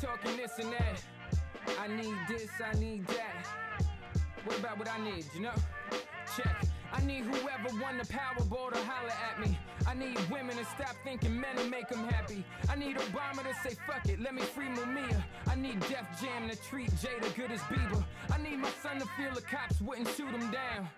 talking this and that. I need this, I need that. What about what I need, you know? Check. I need whoever won the Powerball to holler at me. I need women to stop thinking men and make them happy. I need Obama to say fuck it, let me free Mumia. I need Def Jam to treat Jada good as Bieber. I need my son to feel the cops wouldn't shoot him down.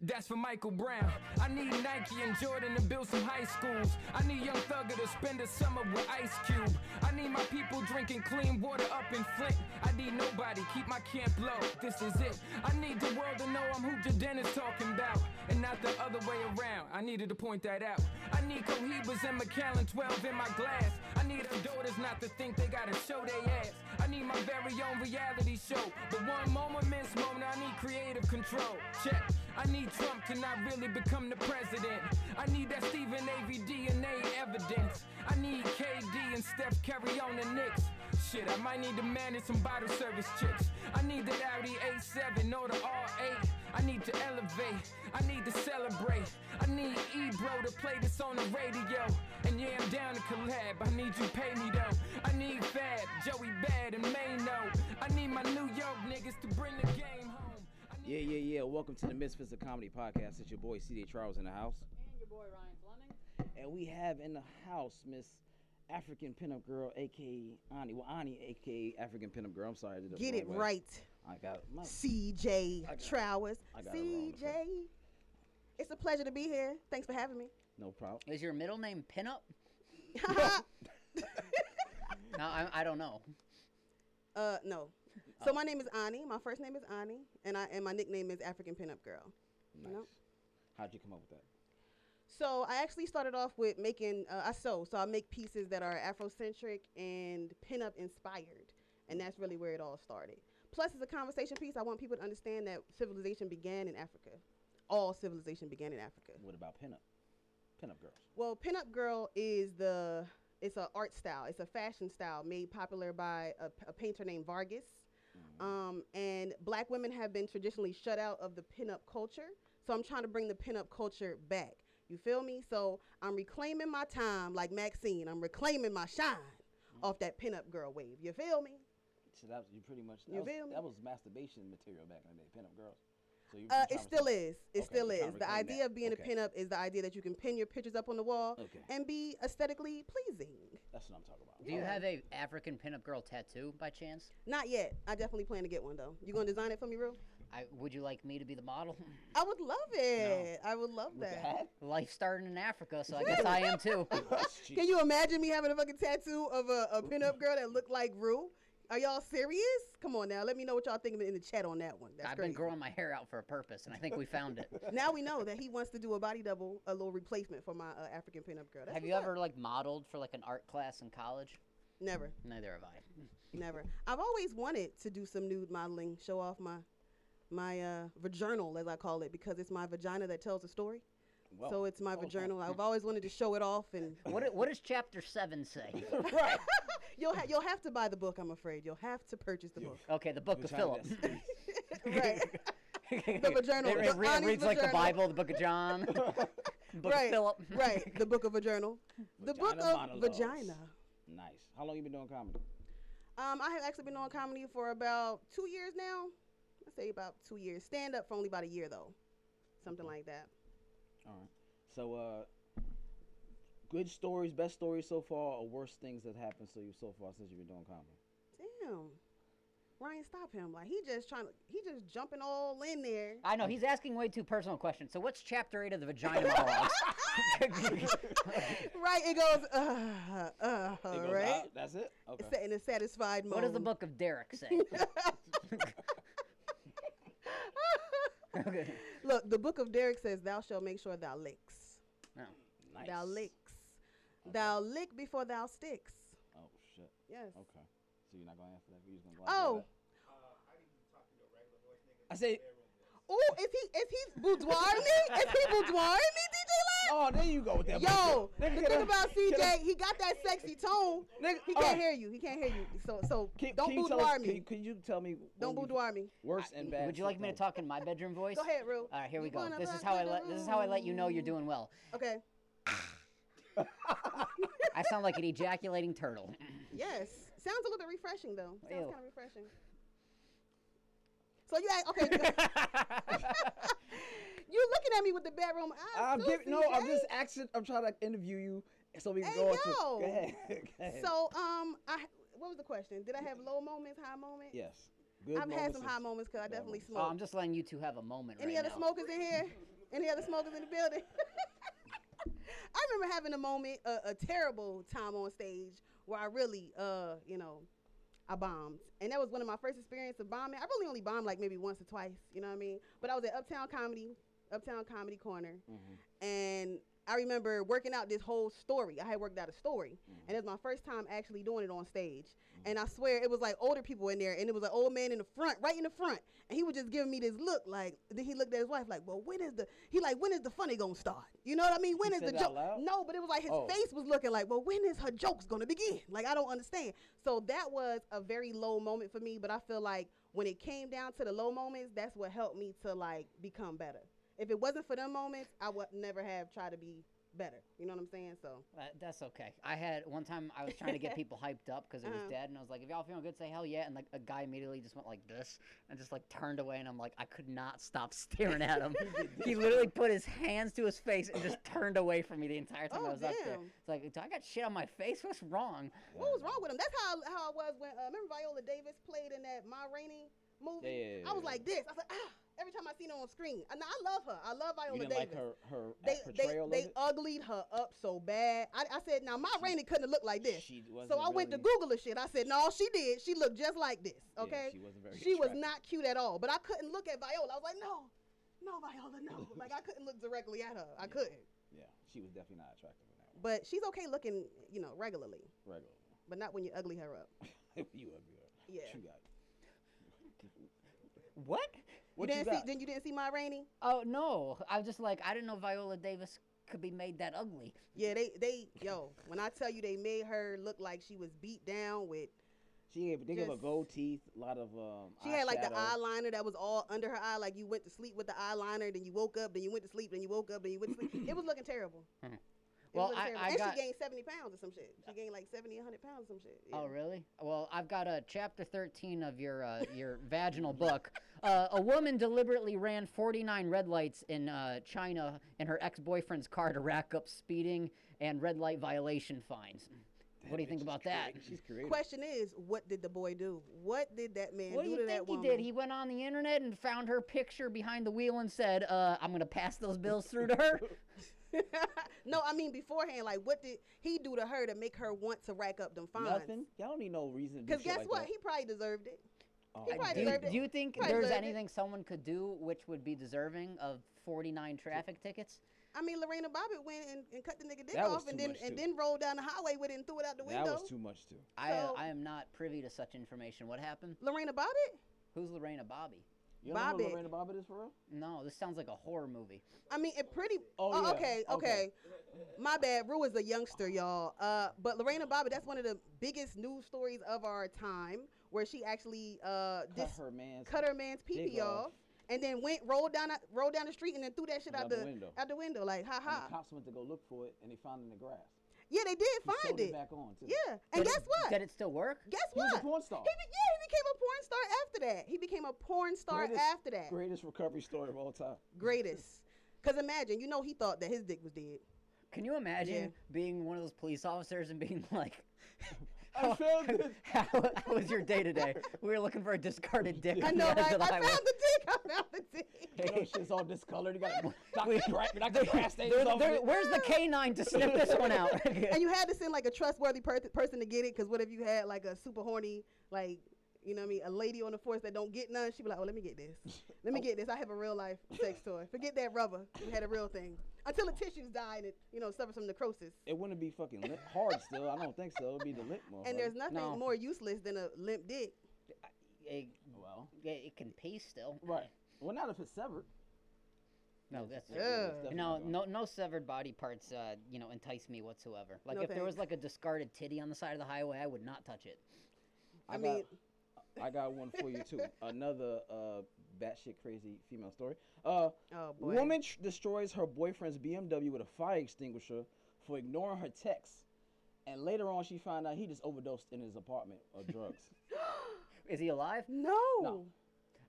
That's for Michael Brown. I need Nike and Jordan to build some high schools. I need Young Thugger to spend the summer with Ice Cube. I need my people drinking clean water up in Flint. I need nobody, keep my camp low. This is it. I need the world to know I'm who Jaden is talking about, and not the other way around. I needed to point that out. I need Cohibas and McAllen 12 in my glass. I need our daughters not to think they gotta show they ass. I need my very own reality show. But one moment, miss moment, I need creative control. Check. I need Trump to not really become the president. I need that Stephen Avey DNA evidence. I need KD and Steph Curry on the Knicks. Shit, I might need to manage some bottle service chicks. I need that Audi A7 or the R8. I need to elevate. I need to celebrate. I need Ebro to play this on the radio. And yeah, I'm down to collab. I need you pay me though. I need Fab, Joey Bad, and Mayno. I need my New York niggas to bring the game home. I need Yeah, yeah, yeah. Welcome to the Misfits of Comedy Podcast. It's your boy CJ Charles in the house. And your boy Ryan Fleming. And we have in the house Miss African Pinup Girl, aka Ani. Well, Ani, aka African Pinup Girl. I'm sorry. I did it Get the it wrong way. right, I got my. CJ Trowers. I got it wrong the first- CJ, it's a pleasure to be here. Thanks for having me. No problem. Is your middle name Pinup? uh, No, I, I don't know. Uh, no. So my name is Ani. My first name is Ani, and I and my nickname is African Pinup Girl. Nice. Nope. How'd you come up with that? So I actually started off with making uh, I sew, so I make pieces that are Afrocentric and pinup inspired, and that's really where it all started. Plus, it's a conversation piece. I want people to understand that civilization began in Africa. All civilization began in Africa. What about Pinup? Pinup Girls. Well, pinup girl is the it's an art style. It's a fashion style made popular by a, p- a painter named Vargas. Mm-hmm. Um, and black women have been traditionally shut out of the pinup culture. So I'm trying to bring the pinup culture back. You feel me? So I'm reclaiming my time, like Maxine. I'm reclaiming my shine Mm-hmm. off that pinup girl wave. You feel me? So that was, you pretty much. That, You was, feel me? that was masturbation material back in the day, Pinup Girls. So you, Uh, you it still trying to- is. It Okay, still you trying is. to The reclaim idea that. of being Okay. a pinup is the idea that you can pin your pictures up on the wall Okay. and be aesthetically pleasing. That's what I'm talking about. Do you have a African pinup girl tattoo by chance? Not yet. I definitely plan to get one though. You gonna design it for me, real? I would you like me to be the model? I would love it. I would love that. Life started in Africa, so I guess I am too. Can you imagine me having a fucking tattoo of a, a pinup girl that looked like Rue? Are y'all serious? Come on now. Let me know what y'all think in the chat on that one. That's I've crazy. been growing my hair out for a purpose, and I think we found it. Now we know that he wants to do a body double, a little replacement for my uh, African pinup girl. That's Have what's you up. ever like modeled for like an art class in college? Never, Neither have I. never. I've always wanted to do some nude modeling, show off my my uh, vaginal, as I call it, because it's my vagina that tells a story. Well, so it's my vaginal. I've always wanted to show it off and What do- what does chapter seven say? right. You'll ha- you'll have to buy the book. I'm afraid you'll have to purchase the book. Okay, the book You're of trying Philip. to- right. the vaginal. It, the it re- it Ani's reads like the vaginal. Bible, the Book of John, Book right. of Philip. right. The book of a journal. The book Vagina of monologues. vagina. Nice. How long you been doing comedy? Um, I have actually been on comedy for about two years now. I say about two years. Stand up for only about a year though, something like that. All right. So, uh, good stories, best stories so far, or worst things that happened to you so far since you've been doing comedy? Damn. Ryan, stop him! Like he just trying to, he just jumping all in there. I know he's asking way too personal questions. So what's chapter eight of the vagina monologues? Right, it goes, uh, uh, It goes, right. "Ah, that's it. It's Okay. set in a satisfied mode. what does the book of Derek say? okay. Look, the book of Derek says, "Thou shalt make sure thou licks, No. Nice. thou licks, thou lick before thou sticks." Oh shit. Yes. Okay. So you're not gonna answer that. You're just gonna. glide Oh, over that? I say. oh, is he is he boudoir me? Is he boudoir me, DJ Lab? Oh, there you go with that. Yo, bullshit. the get thing a- about get CJ, a- he got that sexy tone. Nigga, He all right. can't hear you. He can't hear you. So so Can- don't can you tell boudoir us- me. Can you, can you tell me? when Don't you- boudoir me. Worse and bad. Would you like me to symptoms? talk in my bedroom voice? Go ahead, Rue. All right, here we You go. wanna This is rock how I the let this is how I let you know you're doing well. Okay. I- I sound like an ejaculating turtle. Yes. Sounds a little bit refreshing though. Sounds Ew. kind of refreshing. So you act, okay? good. you looking at me with the bedroom eyes? I'm too, giving. No, I'm CJ. just asking. I'm trying to interview you so we can Hey, go on to. yo. Go ahead. go ahead. So um, I what was the question? Did I have low moments, high moments? yes. Good I've had moments some high is- moments because I low definitely moments. oh, smoked. I'm just letting you two have a moment Any right other now. smokers in here? Any other smokers in the building? I remember having a moment, a, a terrible time on stage where I really, uh, you know, I bombed, and that was one of my first experience of bombing. I really only bombed like maybe once or twice, you know what I mean? But I was at Uptown Comedy, Uptown Comedy Corner, Mhm. and I remember working out this whole story. I had worked out a story, Mm-hmm. and it was my first time actually doing it on stage. And I swear it was like older people in there, and it was an old man in the front, right in the front, and he was just giving me this look, like then he looked at his wife, like, "Well, when is the he like when is the funny gonna start? You know what I mean? When He is said the that joke? loud? No, but it was like his Oh. face was looking like, "Well, when is her jokes gonna begin? Like I don't understand." So that was a very low moment for me, but I feel like when it came down to the low moments, that's what helped me to like become better. If it wasn't for them moments, I would never have tried to be better. You know what I'm saying? So Uh, that's okay. I had one time I was trying to get people hyped up because it was Uh-huh. dead, and I was like, "If y'all feeling good, say hell yeah!" And like a guy immediately just went like this and just like turned away, and I'm like, I could not stop staring at him. he literally put his hands to his face and just turned away from me the entire time Oh, I was up there. damn. It's like, do I got shit on my face? What's wrong? what was wrong with him? That's how how I was when uh, remember Viola Davis played in that Ma Rainey movie. Yeah, yeah, I was yeah. like this. I was like ah. Every time I seen her on screen, and I love her. I love Viola You didn't Davis. like her her they act- they portrayal they of it. uglied her up so bad. I, I said, now my Rainey couldn't have looked like this. She so wasn't I went to really- Google her shit. I said, no, she did. She looked just like this. yeah, Okay. she wasn't very. she was attractive. not cute at all. But I couldn't look at Viola. I was like, no, no, Viola, no. like I couldn't look directly at her. I Yeah. couldn't. Yeah, she was definitely not attractive in that one. But she's okay looking, you know, regularly. Regularly, But not when you ugly her up. you ugly. girl. Yeah. What you got? What? What you you, didn't see? got? Then you didn't see my Rainey? Oh no! I was just like, I didn't know Viola Davis could be made that ugly. Yeah, they they yo. When I tell you they made her look like she was beat down with. she gave, they gave her Just- gold teeth, a lot of um. She had like the eyeshadow. eyeliner that was all under her eye. Like you went to sleep with the eyeliner, then you woke up, then you went to sleep, then you woke up, then you went to sleep. it was looking terrible. Hmm. It was Well, looking I- terrible. I and got- she gained seventy pounds or some shit. She gained like 70, 100 pounds or some shit. Oh yeah. really? Well, I've got a chapter 13 of your uh, your vaginal book. Uh, a woman deliberately ran 49 red lights in uh, China in her ex-boyfriend's car to rack up speeding and red light violation fines. That what do you think bitch is about that? creative. She's creative. Question is, what did the boy do? What did that man What do do, you to think that he woman? did? He went on the internet and found her picture behind the wheel and said, uh, "I'm gonna pass those bills through to her." no, I mean beforehand. Like, what did he do to her to make her want to rack up them fines? Nothing. Y'all don't need no reason. Because Because guess what? He probably deserved it. Oh, he Uh, probably do, deserved it. do you think Probably there's deserved it. anything someone could do which would be deserving of 49 traffic tickets? I mean, Lorena Bobbitt went and, and cut the nigga dick That was off, and too then much, and too. then rolled down the highway with it and threw it out the that window. was too much too. I, uh, So- I am not privy to such information. What happened? Lorena Bobbitt? Who's Lorena Bobby? You don't know Bobbitt. who Lorena Bobbitt is for real? No, this sounds like a horror movie. I mean, it pretty. Oh, Oh, yeah. okay, okay, Okay. My bad. Rue is a youngster, y'all. Uh, but Lorena Bobbitt, that's one of the biggest news stories of our time, where she actually uh Cut dis- her man's cut her man's Dig peepee off, off. and then went rolled down a- rolled down the street and then threw that shit out out the the, window. out the window, like ha and ha. the cops went to go look for it, and they found it in the grass. Yeah, they did He find sewed it. back on too. Yeah, and Did guess it- what? Did it still work? guess He was what? a porn star. He be- yeah, he became a porn star after that. He became a porn star Greatest- after that. Greatest recovery story of all time. Greatest. Cause imagine, you know, he thought that his dick was dead. Can you imagine being one of those police officers and being like, Oh, I found this. how, how was your day today? We were looking for a discarded dick I on know, the right? edge of the I highway." found the dick. I found the dick. You know, shit's all discolored. You got Dr. We- Dra- Dr. Drastains There- off there- it. where's the canine to sniff this one out? and you had to send like a trustworthy per- person to get it because what if you had like a super horny like you know what I mean? A lady on the force that don't get none, she be like, "Oh, let me get this. Oh. Let me get this. I have a real life sex toy. Forget that rubber. We had a real thing until the tissues died and you know suffers from necrosis. It wouldn't be fucking limp, hard still. I don't think so. It'd be the limp motherfucker. And there's nothing No. more useless than a limp dick. it, well, it, it can pee still. right. Well, not if it's severed. No, that's Yeah, it's Ugh. definitely No, gone. no, no severed body parts, uh, you know, entice me whatsoever. Like No if there was like thanks. a discarded titty on the side of the highway, I would not touch it. I, I, got, mean, I got one for you too. Another uh, batshit crazy female story. Uh, oh boy, woman tr- destroys her boyfriend's BMW with a fire extinguisher for ignoring her text And later on, she found out he just overdosed in his apartment of drugs. Is he alive? No. No.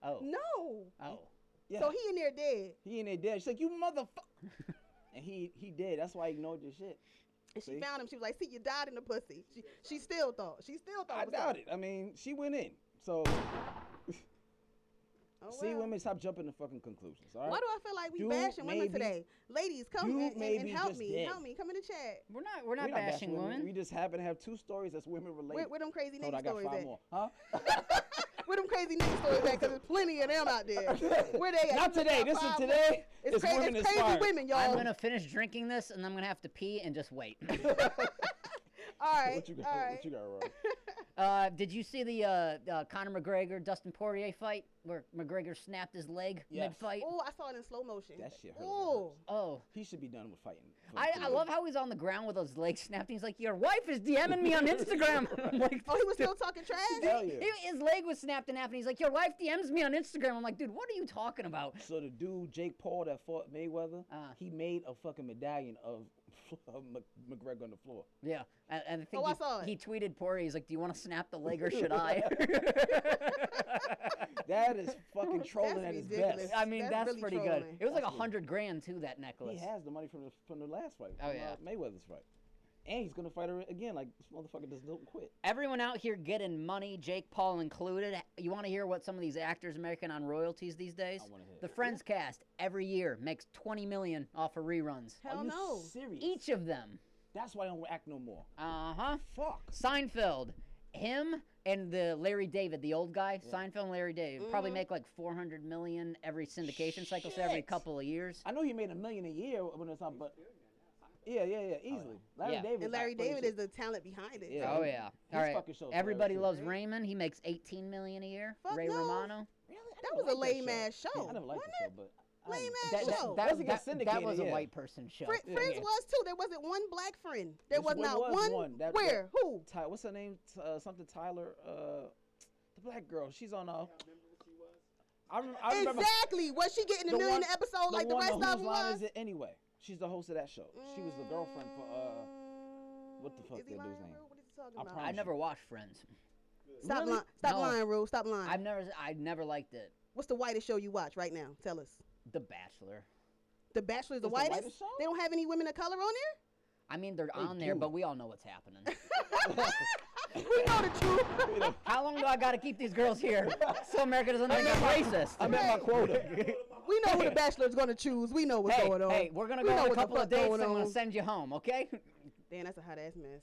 Oh. No. Oh. Yeah. So he in there dead. he in there dead. She's like, you motherfucker. and he he dead. That's why I ignored your shit. And she See? found him. She was like, "See, you died in the pussy." She, she still thought. She still thought. I was up. doubt it. I mean, she went in. So Oh, see, well. women stop jumping to fucking conclusions. All right. Why do I feel like we You bashing women maybe- today? Ladies, come you and- and, and maybe help just me. dead. Help me. Come in the chat. We're not. We're We're not bashing women. We just happen to have two stories that's women related. Where, where them crazy Hold on, I nigga got stories five at? more. Huh? Where them crazy nigga stories at? Because there's plenty of them out there. Where they at? Not You today. got This is five today. more- It's, It's, cra- women it's crazy inspired. women, y'all. I'm gonna finish drinking this, and I'm gonna have to pee and just wait. All right. What you got? all What right. you got, Rory? uh, did you see the uh, uh, Conor McGregor Dustin Poirier fight where McGregor snapped his leg Yes. mid-fight? Oh, I saw it in slow motion. That shit hurt. like a Oh, horse. Oh. He should be done with fighting. for I, two I years. love how he's on the ground with his legs snapped. and He's like, "Your wife is DMing me on Instagram." I'm like, oh, he was still talking trash. Hell yeah. He- his leg was snapped in half, and he's like, "Your wife DMs me on Instagram." I'm like, "Dude, what are you talking about?" So the dude Jake Paul that fought Mayweather, Uh. he made a fucking medallion of, of Mc- McGregor on the floor. Yeah, and, and I think Oh, I he, saw it. he tweeted Poirier. He's like, "Do you want to snap the leg or should I?" That is fucking trolling at That's his ridiculous. best. I mean, That's that's, really pretty trolling. good. It was like a That's good. hundred grand too. That necklace. He has the money from the from the last fight. Oh, from, yeah. uh, Mayweather's fight, and he's gonna fight her again. Like this motherfucker just don't quit. Everyone out here getting money, Jake Paul included. You want to hear what some of these actors are making on royalties these days? wanna hear The it. Friends cast every year makes twenty million off of reruns. Hell Are you no. serious? Each of them. That's why I don't act no more. Uh huh. Fuck. Seinfeld, him and the Larry David, the old guy, Seinfeld and Larry David, Mm-hmm. probably make like 400 million every syndication cycle, so every Shit. couple of years. I know he made a million a year when it's on, but yeah, yeah, yeah, easily. Larry Oh, Yeah. David. And Larry David is the talent behind it. Yeah. Oh yeah. His All right. fucking show's Everybody hilarious, loves too. Raymond. He makes 18 million a year. Fuck Ray no. Romano. That was a lame ass show. I never liked Oh, wasn't the it? show, but I- Lame ass That, that, show. that, Doesn't get that- that syndicated, was a yeah. white person show. Fri- Yeah. Friends Yeah. was too. There wasn't one black friend. There Yes, was there not was one. one. That- that- Where? Who? Ty, what's her name? T- Uh, something Tyler. Uh, the black girl. She's on a. I, rem- I remember. Exactly. Was she getting a the million one- an episode like the one rest on of them Whose Line was? Is It Anyway? She's the host of that show. She was the girlfriend for. uh what the Mm, fuck is he that dude's lying, name? Rue? What is he talking I about? promise I never watched Friends. Stop Really? lying. Stop No. lying, Rule. Stop lying. I've never I never liked it. What's the whitest show you watch right now? Tell us. The Bachelor. The Bachelor is the It's the whitest. whitest show? They don't have any women of color on there. I mean, they're They on there, do. but we all know what's happening. we know the truth. How long do I got to keep these girls here so America doesn't think I'm racist? I'm at my quota. we know who the Bachelor is going to choose. We know what's hey, going on. hey, we're gonna We go know on what a the couple of fuck dates. going I'm gonna on. send you home, okay? Damn, that's a hot ass mess.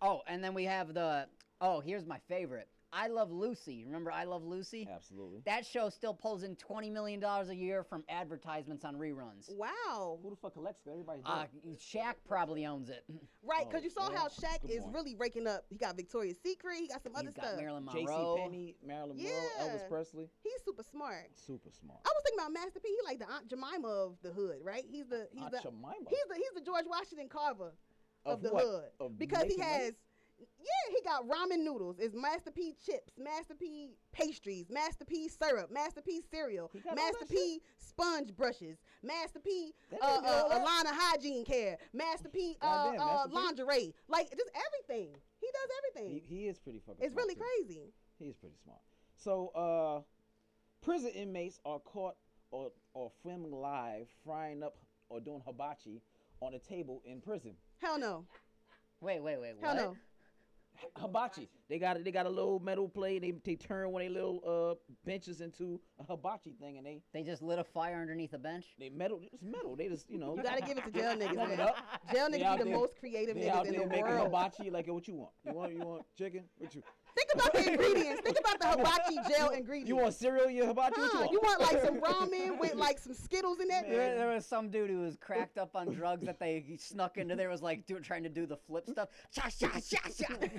Oh, and then we have the oh, here's my favorite. I Love Lucy. Remember I Love Lucy? Absolutely. That show still pulls in twenty million dollars a year from advertisements on reruns. Wow. Who the fuck collects that? Everybody's Uh, dead. Shaq probably owns it. Right, because Oh, you saw yeah. how Shaq Good is point. really raking up. He got Victoria's Secret. He got some other He's got stuff. Marilyn Monroe. J.C. Penney, Marilyn Monroe, Yeah. Oh, Elvis Presley. He's super smart. Super smart. I was thinking about Master P. He like the Aunt Jemima of the hood, right? He's the he's Aunt the Jemima? he's the he's the George Washington Carver of, Ah, Of the what? hood Of because he making money? has. Yeah, he got ramen noodles. It's Master P chips, Master P pastries, Master P syrup, Master P cereal, got all Master that P sponge brushes, Master P uh, That uh, nigga got all a that? line of hygiene care, Master P uh, Goddamn, uh, Master P. lingerie, like just everything. He does everything. He, he is pretty fucking. it's smart, really too. crazy. He is pretty smart. So, uh, prison inmates are caught or or filming live, frying up or doing hibachi on a table in prison. Hell no. Wait, wait, wait. Hell What? no. Hibachi. They got they got a little metal plate. They they turn one of their little uh benches into a hibachi thing, and they They just lit a fire underneath a bench. they metal. It's metal. They just you know. You gotta give it to jail niggas, Fuck it man. up. Jail They niggas out be the there- most creative They out niggas in there the making world. hibachi. Like, yo, what you want? You want you want chicken? What you? Think about the ingredients. Think about the hibachi jail ingredients. You want cereal? in Your hibachi? Huh, What you want like some ramen with like some Skittles in that? There, there was some dude who was cracked up on drugs that they he snuck into there was like do, trying to do the flip stuff. Sha sha sha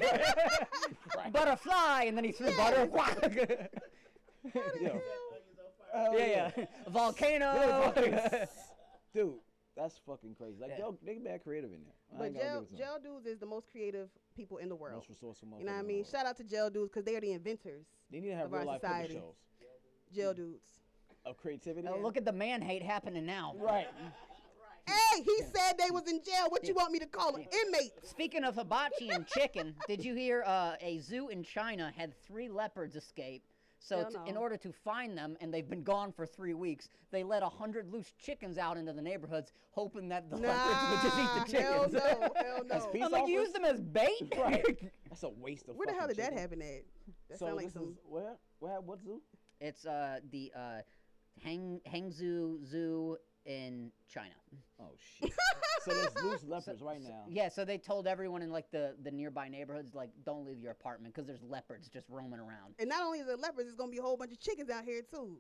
sha. butterfly, and then he threw butter. Yo. Oh, Hell yeah, yeah. Volcano. Dude, that's fucking crazy. Like, Yeah. yo, they bad creative in there. I But ain't gonna give it jail, to 'em. jail dudes is the most creative people in the world. Most resourceful You know motherfuckers what I in the mean? world. Shout out to jail dudes because they are the inventors. They need to have of our real life cooking society. Oh, shows Jail dudes. Mm. of creativity. Uh, look at the man hate happening now. right. Hey, he said they was in jail. What you want me to call them? Inmates. Speaking of hibachi and chicken, did you hear uh, a zoo in China had three leopards escape? So, Hell t- in no. order to find them, and they've been gone for three weeks, they let a hundred loose chickens out into the neighborhoods, hoping that the leopards would just eat the Nah, hell chickens. no, hell That's no. peace I'm like, you offers? use them as bait? Right. That's a waste of Where the hell did fucking that chicken. happen at? That so sound like this some. is where where what zoo? It's uh, the uh, Hang Hangzhou Zoo in China. Oh shit. so there's loose leopards right So- now. yeah, so they told everyone in like the the nearby neighborhoods like don't leave your apartment because there's leopards just roaming around. And not only is it leopards, it's gonna be a whole bunch of chickens out here too.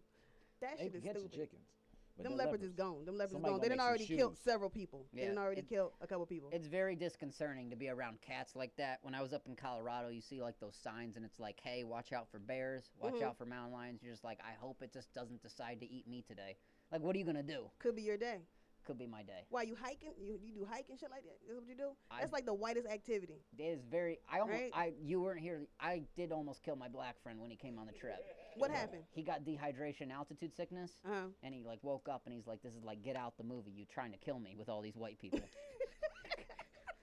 That They shit can is get your stupid. chickens. but Them they're leopards is gone. Them leopards Somebody is gone. gonna They done make some already killed shoes. several people. Yeah, They done already it- killed a couple people. It's very disconcerting to be around cats like that. When I was up in Colorado, you see like those signs and it's like, "Hey, watch out for bears, watch Mhm. out for mountain lions." You're just like, "I hope it just doesn't decide to eat me today." Like, what are you gonna do? Could be your day. Could be my day. Why you hiking? You, you do hiking shit like that? That's what you do? I- That's like the whitest activity. It is very. I almost. Right. I. You weren't here. I did almost kill my black friend when he came on the trip. What happened? He got dehydration, altitude sickness, Uh huh. and he like woke up and he's like, "This is like Get Out the movie. You trying to kill me with all these white people."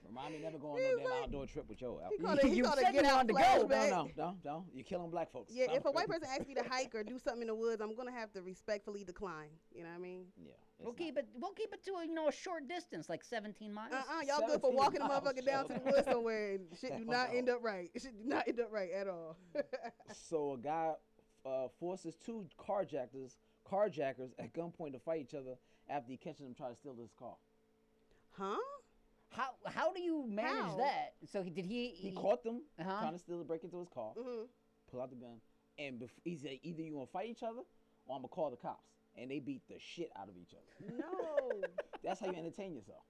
Remind me never go on no damn like- outdoor trip with your He outfit. called it, he you called it said get you out wanted to go. No, flashback. no, no, no. You're killing black folks. Yeah, I'm if a white good. person asks me to hike or do something in the woods, I'm gonna have to respectfully decline. You know what I mean? Yeah. it's we'll not- keep it. We'll keep it to a, you know a short distance, like 17 miles. Uh uh-uh, uh, you all good 17 for Oh, walking the miles, motherfucker down to the yo. woods somewhere and shit do not Hell end no. up right. Shit do not end up right at all. So a guy uh, forces two carjackers, carjackers at gunpoint to fight each other after he catches them trying to steal his car. huh? How how do you manage How? that? So he, did he? He caught them Uh-huh. trying to steal, break into his car, Mm-hmm. pull out the gun, and bef- he said, either you gonna fight each other, or I'm gonna call the cops. And they beat the shit out of each other. No. That's how you entertain yourself.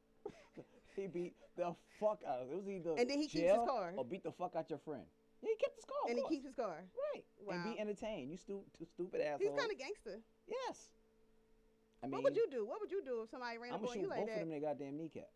he beat the fuck out of it. was either And then he keeps his jail car. or beat the fuck out your friend. Yeah, he kept his car. of and he course. keeps his car. right and Wow. be entertained. You stu- two stupid asshole. He's kind of gangster. yes. I mean, What would you do? What would you do if somebody ran I'm up gonna on shoot you both like of that? them in their goddamn kneecap.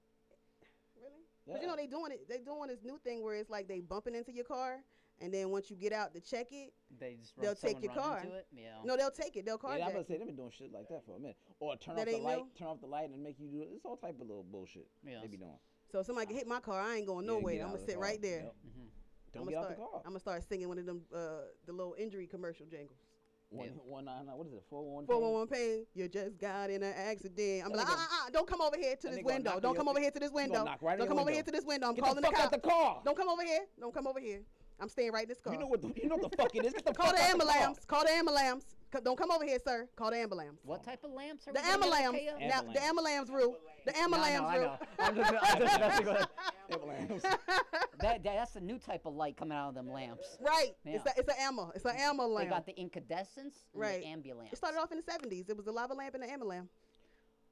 Really? But you know Yeah. they doing it. They doing this new thing where it's like they bumping into your car, and then once you get out to check it, they just they'll run- take someone your run car. into It? Yeah. no, they'll take it. They'll carjack. Oh. Yeah, I'm you. about to say they've been doing shit like that for a minute. Or turn That off the ain't light, new? turn off the light, and make you do it's all type of little bullshit they Yes. be doing. so if somebody can hit my car, I ain't going Yeah, nowhere. get I'm out gonna of the sit car. right there. Yep. Mm-hmm. Don't I'm get gonna out start. the car. I'm gonna start singing one of them uh, the little injury commercial jingles. One, Yeah. one nine nine. What is it? Four one. Four one one pain. You just got in an accident. I'm That like, nigga- ah, ah, ah, don't come over here to that this nigga gonna window. knock Don't you come up. over here to this gonna window. knock right in don't your come over window. here to this window. I'm Get calling the fuck cops. out the car. Don't come over here. Don't come over here. I'm staying right in this car. You know what? The, you know what the fuck it is. Get the Call fuck the out the car. ambulance. Call the ambulance. Co- Don't come over here, sir. Call the ambulance. What type of lamps are The we gonna ambulance. pay up? Am- Now the ambulance rule. The No, no, ambulance I rule. know. I'm just, I'm just, that's, Ambulance. that, that's a new type of light coming out of them lamps. Right. Yeah. It's a, it's an ammo. It's an ammo They lamp. got the incandescence and Right. the ambulance. it started off in the 70s. It was a lava lamp and an ammo lamp.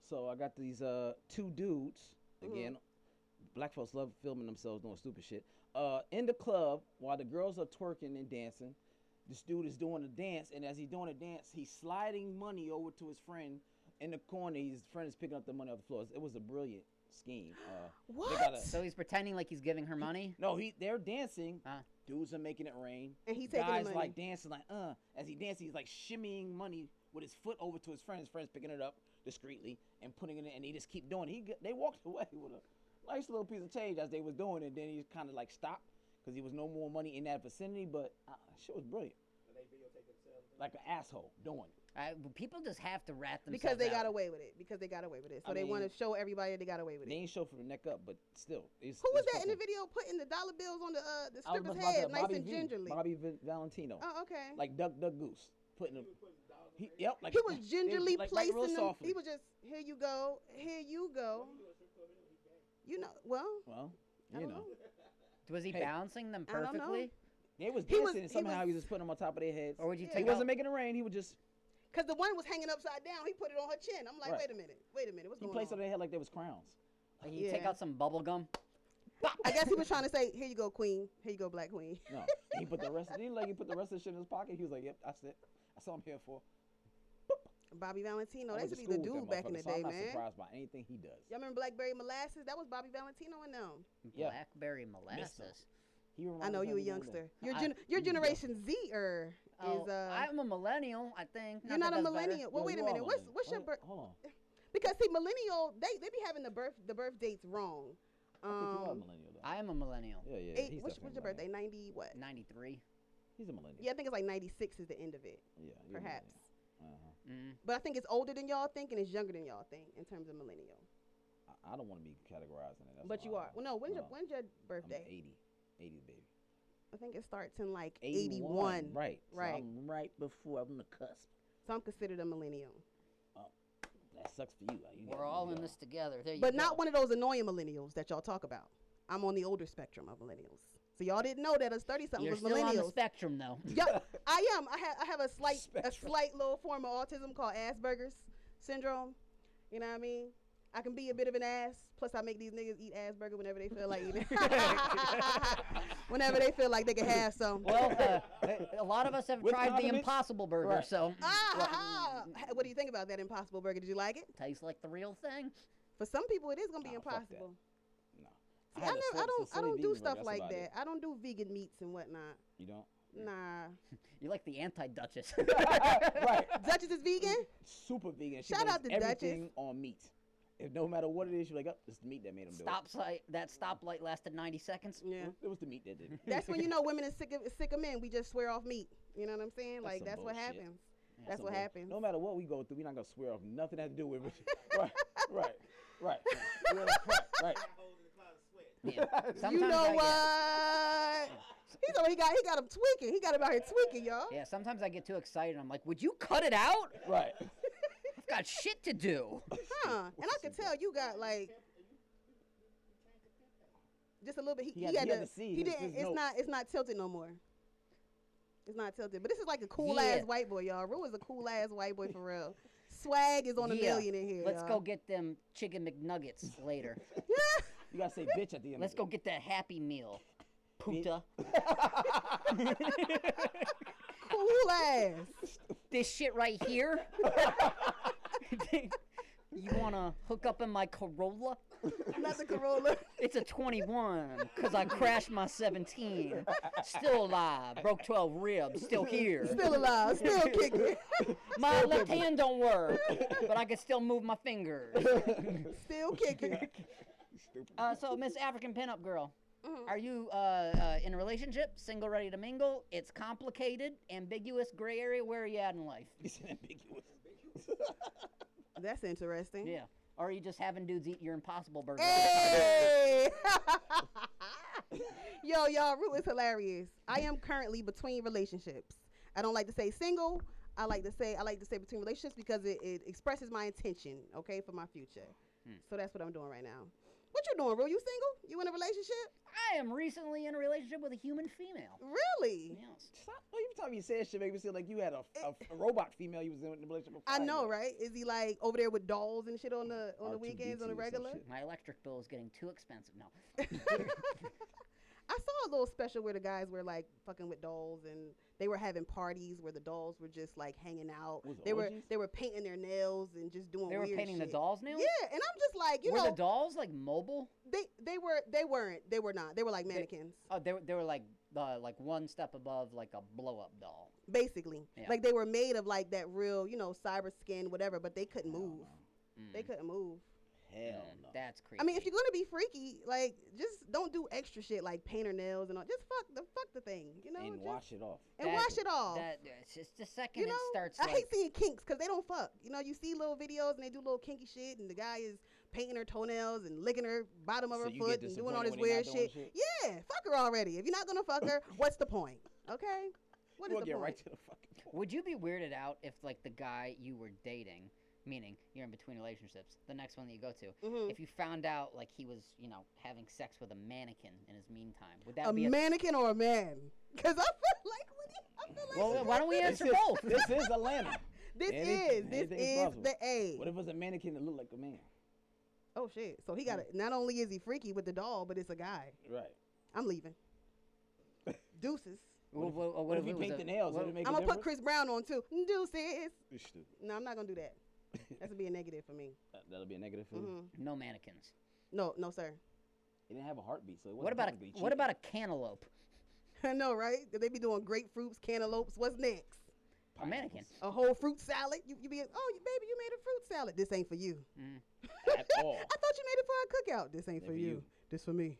So I got these uh two dudes Mhm. again. Black folks love filming themselves doing stupid shit. Uh, in the club while the girls are twerking and dancing, this dude is doing a dance, and as he's doing a dance, he's sliding money over to his friend in the corner. His friend is picking up the money off the floor. It was a brilliant scheme. Uh, They got What? a, So he's pretending like he's giving her money. no, he they're dancing. Ah. Dudes are making it rain. And he taking the Guys money. like dancing, like uh. As he dances, he's like shimmying money with his foot over to his friend. His friend's picking it up discreetly and putting it in, and he just keep doing. It. He g- they walked away with a nice little piece of change as they was doing it. Then he kind of like stopped because he was no more money in that vicinity. But uh, shit was brilliant. Like an asshole doing it. I, people just have to rat themselves because they got out. away with it. Because they got away with it. So I they want mean, to show everybody that they got away with They it. ain't show from the neck up, but still. It's, Who was it's that in the fucking- video putting the dollar bills on the uh, the I was stripper's about to- head, nice Bobby and V, gingerly? Bobby v- Valentino. Oh, okay. like Duck Duck Goose, putting them. He, yep, like he was they- gingerly like, like, placing real them. softly. He was just here. You go. Here you go. You know. Well, well, I you don't know, know. Was he Hey. balancing them I don't know. perfectly? they was He dancing, was- and he somehow he was was- just putting them on top of their heads. Or would you Yeah. he take wasn't out? making it rain. He would just Because the one was hanging upside down. He put it on her chin. I'm like, Right. wait a minute. Wait a minute. What's he going placed it on on? their head like they was crowns. Like you take Yeah. out some bubble gum. I guess he was trying to say, here you go, queen. Here you go, black queen. No, he put the rest. He like he put the rest of the shit in his pocket. He was like, "Yep, that's it. That's all I'm here for." Bobby I Valentino. That went used to to be the school with dude that back in the motherfucker, so day, I'm not man. surprised by anything he does. Y'all remember Blackberry Molasses? That was Bobby Valentino and them. Yeah. Blackberry molasses. He I reminds know us you a of him youngster. then. Your, I- gen- your you go. generation Z er Oh, is uh I'm a millennial, I think. You're not that a that's better. millennial. Well, Yo, wait a you are minute. What's millennial. what's your Wait, birth? Um, Hold on. Because see, millennial they they be having the birth the birth dates wrong. I think you are a Um, millennial though. I am a millennial. yeah, yeah. eight, he's which, definitely what's your a millennial. birthday? Ninety what? 93. He's a millennial. Yeah, I think it's like ninety six is the end of it, Yeah. you're a millennial. perhaps. Uh-huh. Mm. But I think it's older than y'all think and it's younger than y'all think in terms of millennial. I, I don't want to be categorized in it. That's but why you I are. don't- Well, no. When's your no, when's your birthday? I'm 80. 80 baby. I think it starts in like eighty 81, one. Right. Right. So I'm right before I'm on the cusp. So I'm considered a millennial, That sucks for you. you We're gotta- all you in gotta- this together. There you but go. not one of those annoying millennials that y'all talk about. I'm on the older spectrum of millennials. So y'all didn't know that us thirty something You're was still on the millennials. spectrum, though. yeah, I am. I have I have a slight a Spectrum. slight little form of autism called Asperger's syndrome. You know what I mean? I can be a bit of an ass. Plus, I make these niggas eat Asperger whenever they feel like eating. whenever they feel like they can have some. Well, uh, oh, a lot of us have With tried the condiments? Impossible Burger, Right. so Ah, what do you think about that Impossible Burger? Did you like it? tastes like the real thing. For some people, it is gonna be Nah, fuck that. impossible. No. See, I, had a never, I soy- don't, so I soy don't do vegan burger, stuff that's like about that. it. I don't do vegan meats and whatnot. You don't? Nah, You're like the anti-Duchess. right. Duchess is vegan. Super vegan. She Shout out blames to Duchess. everything on meat. If no matter what it is, you're like, oh, it's the meat that made him do it. Stop sight. That stoplight lasted 90 seconds. Yeah, It was the meat that did it. that's when you know women is sick of sick of men. We just swear off meat. You know what I'm That's saying? Like some that's what bullshit. happens. Yeah, That's some what bull- happens. No matter what we go through, we're not gonna swear off nothing that to do with it. right, right, right, right, right. Yeah. Sometimes you know I what? Get, He's over. He got he got him tweaking. He got him out here tweaking, y'all. yeah, sometimes I get too excited. I'm like, would you cut it out? right. I've got shit to do. Huh? And I could tell you got like just a little bit. He, He had- he had to- to see He his- didn't. his it's notes. not. It's not tilted no more. It's not tilted. But this is like a cool Yeah. ass white boy, y'all. Rue is a cool ass white boy for real. Swag is on a Yeah. million in here. Let's go y'all. get them chicken McNuggets later. You gotta say bitch at the end. Let's of go get that Happy Meal. Puta. Cool ass. this shit right here. you wanna hook up in my Corolla? not the Corolla. It's a 21, cause I crashed my 17. Still alive, broke 12 ribs, still here. Still alive. Still kicking. my left hand don't work, but I can still move my fingers. Still kicking. Uh, so, Miss African Pinup Girl, Mhm. are you uh, uh, in a relationship, single, ready to mingle? It's complicated, ambiguous, gray area. Where are you at in life? It's an ambiguous. That's interesting. Yeah. Or are you just having dudes eat your impossible burger? Eh. Hey! Yo, y'all, Rue is hilarious. I am currently between relationships. I don't like to say single. I like to say I like to say between relationships because it, it expresses my intention, okay, for my future. So that's what I'm doing right now. What you doing, Rue? You single? You in a relationship? I am recently in a relationship with a human female. Really? Yes. Stop. Well, every time you said shit, make me feel like you had a, a, a robot female you was in the relationship. I know, with. right? Is he like over there with dolls and shit on the on the R2D2 weekends on or the some regular? shit. My electric bill is getting too expensive. No. I saw a little special where the guys were like fucking with dolls and they were having parties where the dolls were just like hanging out. Was it They were orgies? they were painting their nails and just doing They were weird painting the shit. dolls nails? Yeah, and I'm just like, you were know, the dolls like mobile? they they were they weren't. They were not. They were like mannequins Oh, they were, they were like uh, like one step above like a blow up doll. basically. Yeah. Like they were made of like that real, you know, cyber skin whatever, but they couldn't Hell move. They Mm, couldn't move. Hell mm, no. That's creepy. I mean, if you're going to be freaky, like just don't do extra shit like paint her nails and all. Just fuck the fuck the thing, you know? and just, wash it off. and That- wash it off. that it's just the second you know, it starts I like hate seeing kinks because they don't fuck. You know, you see little videos and they do little kinky shit, and the guy is painting her toenails and licking her bottom of So her you foot get and doing all disappointed when this they weird not doing shit. Yeah, fuck her already. If you're not gonna fuck her, what's the point? Okay, what is We'll the get point? right to the fucking point. Would you be weirded out if like the guy you were dating, meaning you're in between relationships, the next one that you go to, Mhm. if you found out like he was, you know, having sex with a mannequin in his meantime, would that A be a mannequin or a man? Because I feel like what do you- I feel like Well, why don't we This answer is, both? this is Atlanta. this anything- is this anything's is possible. the A. What if it was a mannequin that looked like a man? oh shit! So he Mm. got it. Not only is he freaky with the doll, but it's a guy. Right. I'm leaving. Deuces. Well, well, well, What if it you was paint a- the nails? well, Would it make I'm a gonna put difference? Chris Brown on too. Deuces. You're stupid. No, I'm not gonna do that. That's gonna be a negative for me. That, that'll be a negative for you. hmm no mannequins. No, no, sir. It didn't have a heartbeat, so it wasn't What about technically a what cheating. about a cantaloupe? I know, right? They be doing grapefruits, cantaloupes. What's next? A mannequin. Pineapples. A whole fruit salad. You, you be, oh, you- baby, you made a fruit salad. This ain't for you. At all. I thought you made it for a cookout. This Oh. ain't for for you. you. This for me.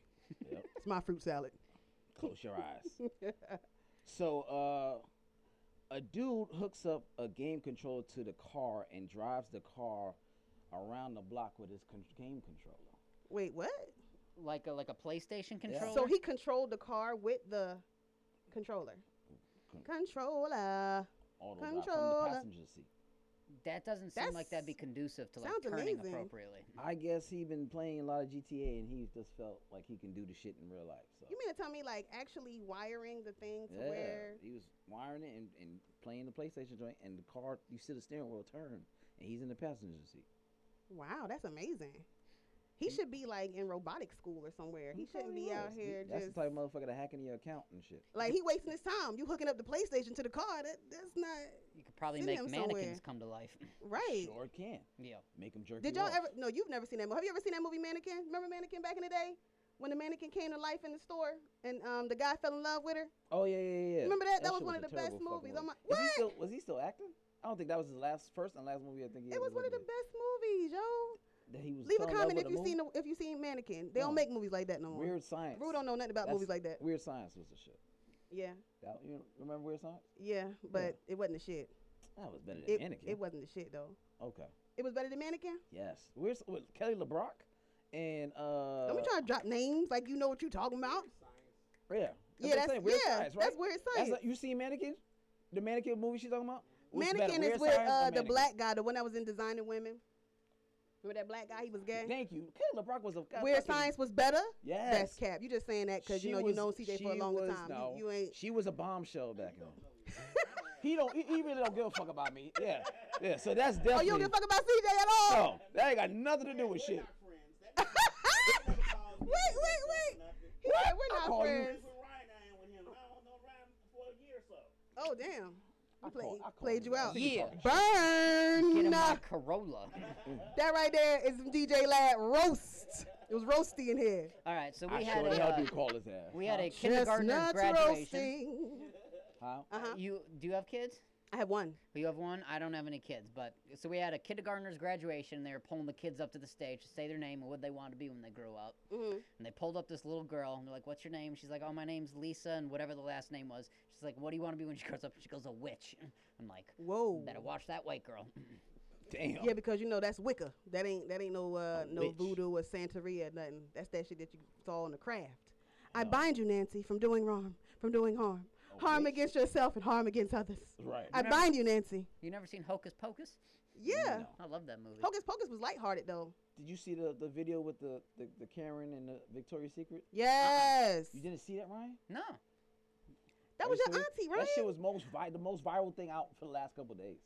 Yep. It's my fruit salad. Close your eyes. so, uh, a dude hooks up a game controller to the car and drives the car around the block with his con- game controller. Wait, what? Like a like a PlayStation Yeah. controller. So he controlled the car with the controller. Con- Controller. All the way out from the Controller. passenger seat. that doesn't seem like that'd be That's- conducive to like sounds turning amazing. appropriately. I guess he been playing a lot of GTA and he just felt like he can do the shit in real life. So. You mean to tell me like actually wiring the thing to yeah, where? he was wiring it and, and playing the PlayStation joint, and the car you see the steering wheel turn, and he's in the passenger seat. Wow, that's amazing. Mm. He should be like in robotic school or somewhere. He shouldn't probably be out was. He- here That's just the type of motherfucker that hacking your account and shit. like he wasting his time. You hooking up the PlayStation to the car. That that's not You could probably Send make him mannequins somewhere. come to life. right. Sure can yeah. make him jerk. Did you y'all off. ever? No, you've never seen that movie. Have you ever seen that movie Mannequin? Remember Mannequin back in the day when the mannequin came to life in the store and um the guy fell in love with her. Oh yeah, yeah, yeah. yeah. Remember that? That shit was one a of the best terrible fucking movies. movie. Is I'm like, he what? still, was he still acting? I don't think that was his last, first and last movie. I think he It ever was one of the fucking best movies, yo. did. That he was Leave fell a in love comment with if you moon? seen the, if you seen Mannequin. They No. don't make movies like that no more. Weird Science. Rue don't know nothing about That's movies like that. Weird Science was the shit. Yeah, That, you remember Weird Science? yeah, but it wasn't the shit. That was better than It, Anakin. it wasn't the shit though. okay. It was better than Mannequin. Yes. Where's with Kelly LeBrock and uh? Don't be trying to drop names like you know what you talking about. Yeah. Yeah, what I'm that's- saying, Weird yeah, Science, right? that's Weird That's Science. a- you seen Mannequin? The Mannequin movie she's talking about? Which better, Mannequin is Weird with Science or uh, the Mannequin? black guy, the one that was in Designing Women. Remember that black guy? He was gay. Thank you. Kelly LeBrock was a god Weird fucking- Science was better. Yes. That's cap. You just saying that because She you know you was- know CJ for a she long was- time. You- No, You, ain't. She was a bombshell back then. he don't. He, he really don't give a fuck about me. Yeah. Yeah. So that's definitely. Oh, you don't give a fuck about CJ at all. No, that ain't got nothing to do with shit. wait, wait, wait. He said we're I not call you- friends. Oh damn. I call- played, I call played you you out. out. Yeah. Get Burn. him my Corolla. That right there is DJ Lad roast. It was roasty in here. All right. So I we had sure the a, hell uh, do call his ass. we had a kindergartner Chestnuts graduation. roasting. Huh? Uh-huh. You do you have kids? I have one. Well, You have one. I don't have any kids, but so we had a kindergartner's graduation. They were pulling the kids up to the stage to say their name and what they wanted to be when they grew up. Mm-hmm. Mhm. And they pulled up this little girl and they're like, "What's your name?" She's like, "Oh, my name's Lisa," and whatever the last name was. She's like, "What do you want to be when she grows up?" She goes, "A witch." I'm like, Whoa. "Better watch that white girl." Damn. Yeah, because you know that's Wicca. That ain't that ain't no uh, A no witch. voodoo or Santeria or nothing. That's that shit that you saw in the craft. I bind you, Nancy, from doing wrong, from doing harm, harm witch? against yourself and harm against others. Right. I bind you, Nancy. You never seen Hocus Pocus? Yeah. No. I love that movie. Hocus Pocus was lighthearted though. Did you see the, the video with the, the, the Karen and the Victoria's Secret? Yes. You didn't see that, Ryan? No. That Are was you your serious? auntie, right? That shit was most vi- the most viral thing out for the last couple days.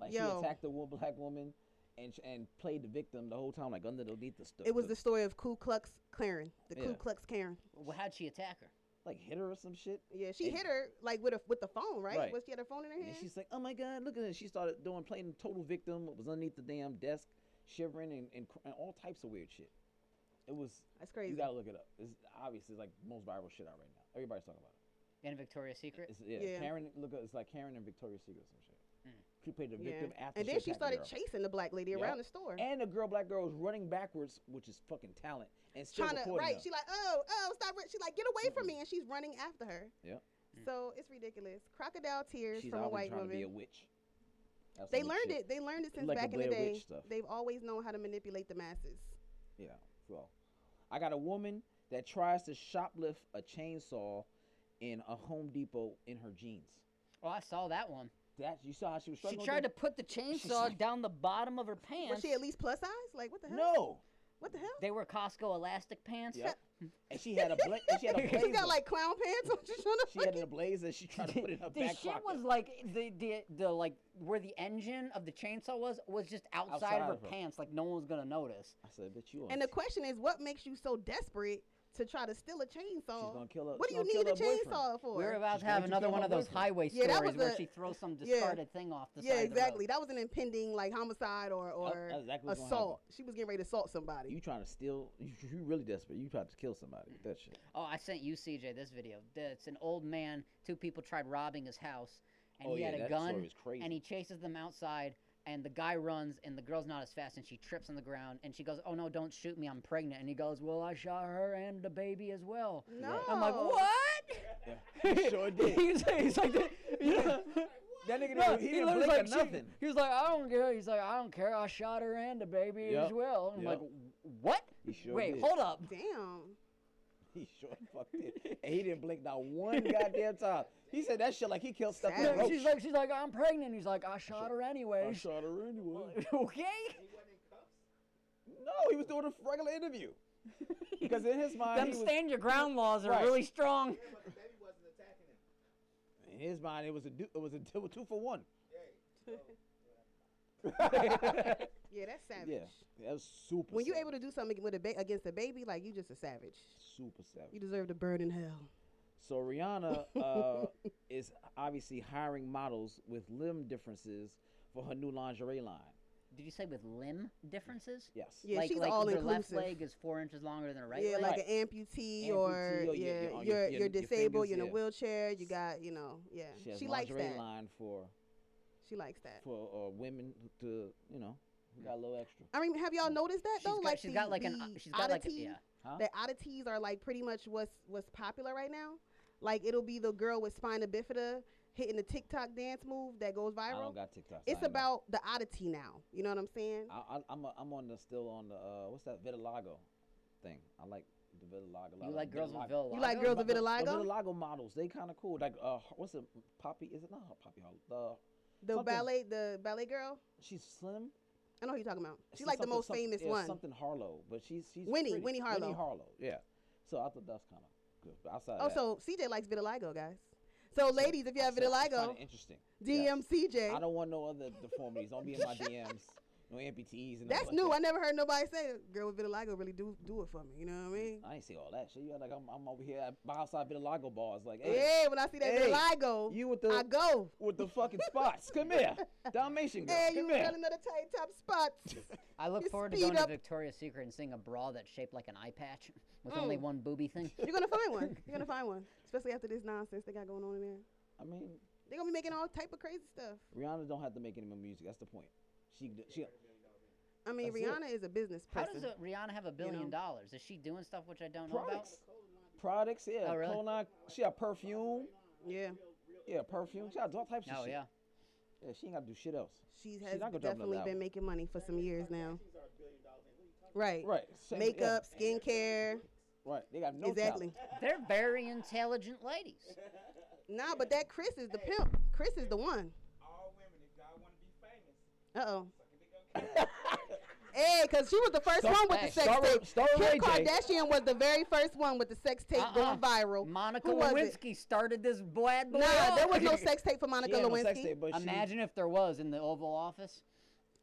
Like Yo. she attacked a one black woman and sh- and played the victim the whole time, like underneath the stuff. It was the story of Ku Klux Karen, the Ku Yeah. Klux Karen. Well, how'd she attack her? like hit her or some shit. Yeah, she And- hit her like with a with the phone, right? Right. Was she had her phone in her And then hand? she's like, "Oh my god, look at it!" She started doing playing total victim. It was underneath the damn desk, shivering and, and, cr- and all types of weird shit. It was. That's crazy. You gotta look it up. It's obviously like the most viral shit out right now. Everybody's talking about it. In Victoria's Secret? It's, yeah, Yeah. Karen. Look, up- it's like Karen and Victoria's Secret or some shit. Mm. She played the Yeah. victim after. and then she attacked the started girl. chasing the black lady Yep. around the store. And the girl, black girl, is running backwards, which is fucking talent, and still trying to recording Mm. right. her. She like, oh, oh, stop! it." She like, get away from me, and she's running after her. Yep. Mm. So it's ridiculous. Crocodile tears She's from a always white trying to be a woman. witch. That's They some learned shit. it. They learned it since Like the back in the Blair Witch day. stuff. They've always known how to manipulate the masses. Yeah. Well, I got a woman that tries to shoplift a chainsaw in a Home Depot in her jeans. Oh, I saw that one. That you saw how she was she struggling. tried to put the chainsaw like- down the bottom of her pants. Was she at least plus size? Like what the hell? No. What the hell? They were Costco elastic pants. Yep. and she had a bla- and she had a blazer. She got like clown pants on. She's trying to. she had a blazer. and She tried to put it in her The back shit pocket. was like the, the the like where the engine of the chainsaw was was just outside, Outside of her of her. pants, like no one was gonna notice. I said, "Bitch, you." And the auntie. question is, what makes you so desperate to try to steal a chainsaw? gonna kill her- What do she's you gonna kill need her a boyfriend. chainsaw for? We were about She's to have going to another kill one her of those boyfriend. highway Yeah, that stories was where a- she throws some yeah. discarded thing off the yeah, side. exactly. Of That was an impending like homicide or or that's exactly what's gonna assault. She was getting ready to assault somebody. you trying to steal? You, you really desperate? You tried to kill somebody? with That shit. the road. Oh, I sent you CJ this video. Th- It's an old man. Two people tried robbing his house, and Oh, he yeah, had a that gun story was crazy. and he chases them outside and the guy runs and the girl's not as fast and she trips on the ground and she goes oh no don't shoot me i'm pregnant and he goes well i shot her and the baby as well No. i'm like what He sure did. he's, he's like that, yeah. That nigga, No, didn't, he, didn't blink literally was or like, she- nothing. he was like, I don't care. He's like, I don't care. I shot her and the baby as Yep. well. And I'm like, Yep. what? He sure Wait, did. hold up. Damn. He sure fucked it. And he didn't blink not one goddamn time. He said that shit like he killed stuff. Savage. Like No, roach. she's like, she's like, I'm pregnant. He's like, I shot her I anyways. shot her anyway. okay. No, he was doing a regular interview. Because in his mind, Them he was, stand your ground laws are Right. really strong. in his mind, it was a du- it was a two, two for one. Yeah, that's savage. Yeah, that was super. When you're savage. able to do something with a ba- against a baby, like you just a savage. super savage. You deserve to burn in hell. So Rihanna uh, is obviously hiring models with limb differences for her new lingerie line. Did you say with limb differences? Yes. Yeah, like, she's like all their left inclusive. leg is four inches longer than a right yeah, leg. like Right. an Amputee, amputee, or or your- your- on yeah, your- you're your- you're, your disabled, fingers, you're in yeah. a wheelchair, you got you know, yeah. She has She likes lingerie that. line for She likes that. for uh, women to you know who got a little extra. I mean, have y'all noticed that She's though? got- like she's the, got like an- the she's got like a- oddity- yeah. Huh? The oddities are like pretty much what's what's popular right now. Like it'll be the girl with spina bifida hitting the TikTok dance move that goes I viral. don't got TikTok. so I it's ain't know. about the oddity now. You know what I'm saying? I, I, I'm a, I'm on the still on the uh, what's that vitiligo thing. I like the vitiligo. a lot. You like girls with Vitiligo. villas. You like girls with But the- vitiligo? The vitiligo models, they kind of cool. Like, uh, what's it? Poppy? Is it not Poppy? Hall- Uh, the something- ballet, the ballet girl. she's slim. I know who you're talking about. She's She's like the something- most something- famous yeah, one. Something Harlow, but she's she's Winnie- pretty. Winnie Winnie Harlow. Harlow, yeah. So I thought that's kind of good. But outside of Oh, that, so CJ likes vitiligo, guys. So ladies, if you have I said- I vitiligo, find it interesting. DM Yes. I CJ. don't want no other deformities. Don't be in my DMs. No amputees and nothing That's like new. I That. never heard nobody say, "Girl with vitiligo really do do it for me." You know what I mean? I ain't see all that shit. You act like I'm, I'm over here at by outside vitiligo bars. Like, hey, Yeah, when I see that Hey, vitiligo, you with the I go. with the fucking spots. Come here, Dalmatian girl. Hey, you Come here. got another tight top spot. I look You forward to speed going up. to Victoria's Secret and seeing a bra that's shaped like an eye patch with only Mm. one booby thing. You're gonna find one. You're gonna find one, especially after this nonsense they got going on in there. I mean, They're gonna be making all type of crazy stuff. Rihanna don't have to make any more music. That's the point. She she I mean, That's it. Rihanna is a business How person. does a, Rihanna have a billion dollars? Is she doing stuff which I don't know about? products products yeah. Oh, really? Colon- she had perfume. yeah, Yeah, perfume. She got all types No, Oh, of shit. yeah. Yeah, she ain't got to do shit else. she She's has not gonna drop another definitely been album. making money for some years now. Right. Right. same- yeah, Makeup, skincare. Right. They got no exactly. talent. They're very intelligent ladies. Nah, but that Chris is the pimp. Chris is the one. all women, if y'all want to be famous, Uh oh. suck a dick okay. Hey, cause she was the first Star- one with hey, the sex Star- tape. Star Ray Kim J. Kardashian was the very first one with the sex tape Uh-uh. going viral. Monica Who was it? Lewinsky started this bad boy. Nah, there up. was no sex tape for Monica She had no Lewinsky. sex tape, but she- Imagine if there was in the Oval Office.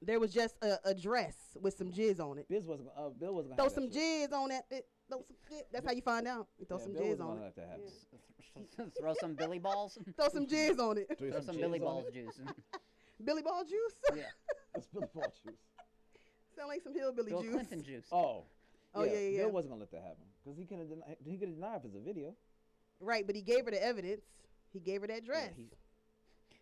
There was just a, a dress with some jizz on it. Biz was uh, Bill was gonna Throw have that some shit. jizz on that. It, throw some jizz. That's how you find out. You throw Yeah, some Bill jizz wasn't on gonna it. let that happen. Throw some Billy balls. Throw some jizz on it. Threw Throw some jizz on Billy it. balls juice. Billy Ball juice. yeah. It's Billy Ball juice. Sound like some hillbilly Bill juice. Clinton juice. Oh. Oh, yeah, yeah, yeah. Bill wasn't gonna let that happen because he could have denied. He could have denied if it's a video. Right, but he gave her the evidence. He gave her that dress. he-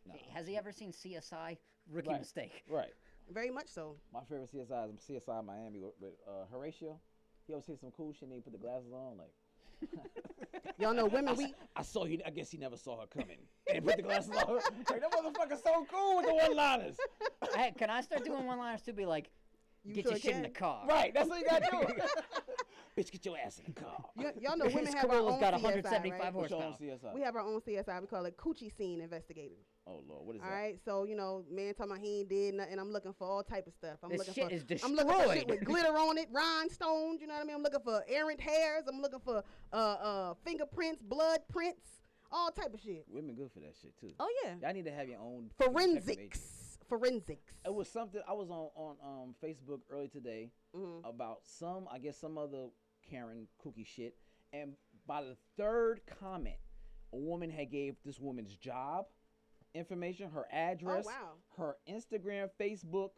No. Has he ever seen CSI? Rookie Right. mistake. Right. Very much so. My favorite CSI is CSI Miami with, with uh, Horatio. He always said some cool shit and he put the glasses on like. Y'all know women. I, We s- I saw you. I guess he never saw her coming. and put the glasses on. Like that motherfucker's so cool with the one-liners. hey, can I start doing one-liners to be like, You get sure your shit in the can. car? Right, that's what you gotta do. Bitch, get your ass in the car. y- y'all know His women have our Corolla's own got CSI, 175 right? What's your own horsepower. CSI? We have our own CSI. We call it coochie scene investigating. oh lord, what is All that? right, so you know, man, talking about he ain't did nothing. I'm looking for all type of stuff. I'm This looking shit for is I'm looking for shit destroyed. with glitter on it, rhinestones. You know what I mean? I'm looking for errant hairs. I'm looking for uh, uh, fingerprints, blood prints, all type of shit. Women good for that shit too. Oh yeah, Y'all need to have your own detective forensics, agency. forensics. It was something I was on on um, Facebook earlier today Mhm. about some, I guess, some other Karen cookie shit, and by the third comment, a woman had gave this woman's job information, her address, Oh, wow. her Instagram, Facebook,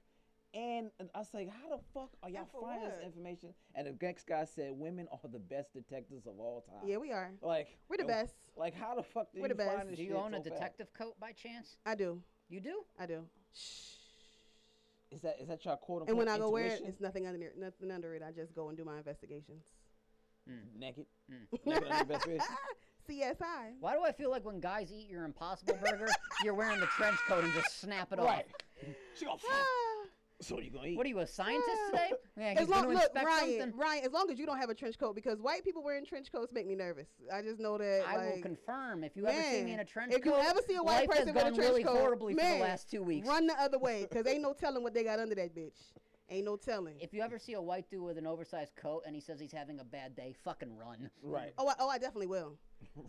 And and I was like, how the fuck are y'all And for finding what? this information? And the next guy said, women are the best detectives of all time. Yeah, we are. like We're the yo, best. Like how the fuck do We're you the best. find this Do you shit own a so fast? detective coat by chance? I do. You do? I do. Is that is that your quote unquote? And when I go wear it, intuition? it's nothing under it, nothing under it. I just go and do my investigations. naked. Mm. Naked under the best bitch. CSI. Why do I feel like when guys eat your Impossible Burger, you're wearing the trench coat and just snap it Right. off? She gonna fuck. Ah. So what you gonna eat? What are you, a scientist today? Yeah, as he's gonna long look, inspect Ryan, something. Ryan, as long as you don't have a trench coat, because white people wearing trench coats make me nervous. I just know that. I will like, confirm. If you ever see me in man, a trench if coat, you ever see a white life has person with a gone trench really coat, horribly for man, the last two weeks. Run the other way, cause ain't no telling what they got under that bitch. Ain't no telling. If you ever see a white dude with an oversized coat and he says he's having a bad day, fucking run. Right. Oh, I, oh, I definitely will.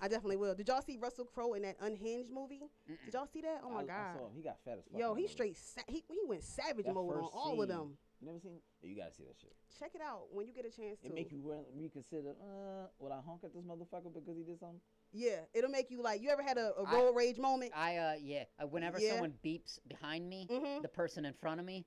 I definitely will. Did y'all see Russell Crowe in that Unhinged movie? Did y'all see that? Oh I- my I god. saw him. He got fat as fuck. in Yo, that he movie. straight sa- he he went savage That mode on first all scene. of them. You never seen? it? Yeah, you gotta see that shit. Check it out when you get a chance to. It make you re- reconsider. Uh, would I honk at this motherfucker because he did something? yeah, it'll make you like you ever had a, a I- road rage moment? I, uh, yeah, I, whenever Yeah. someone beeps behind me, Mhm. the person in front of me,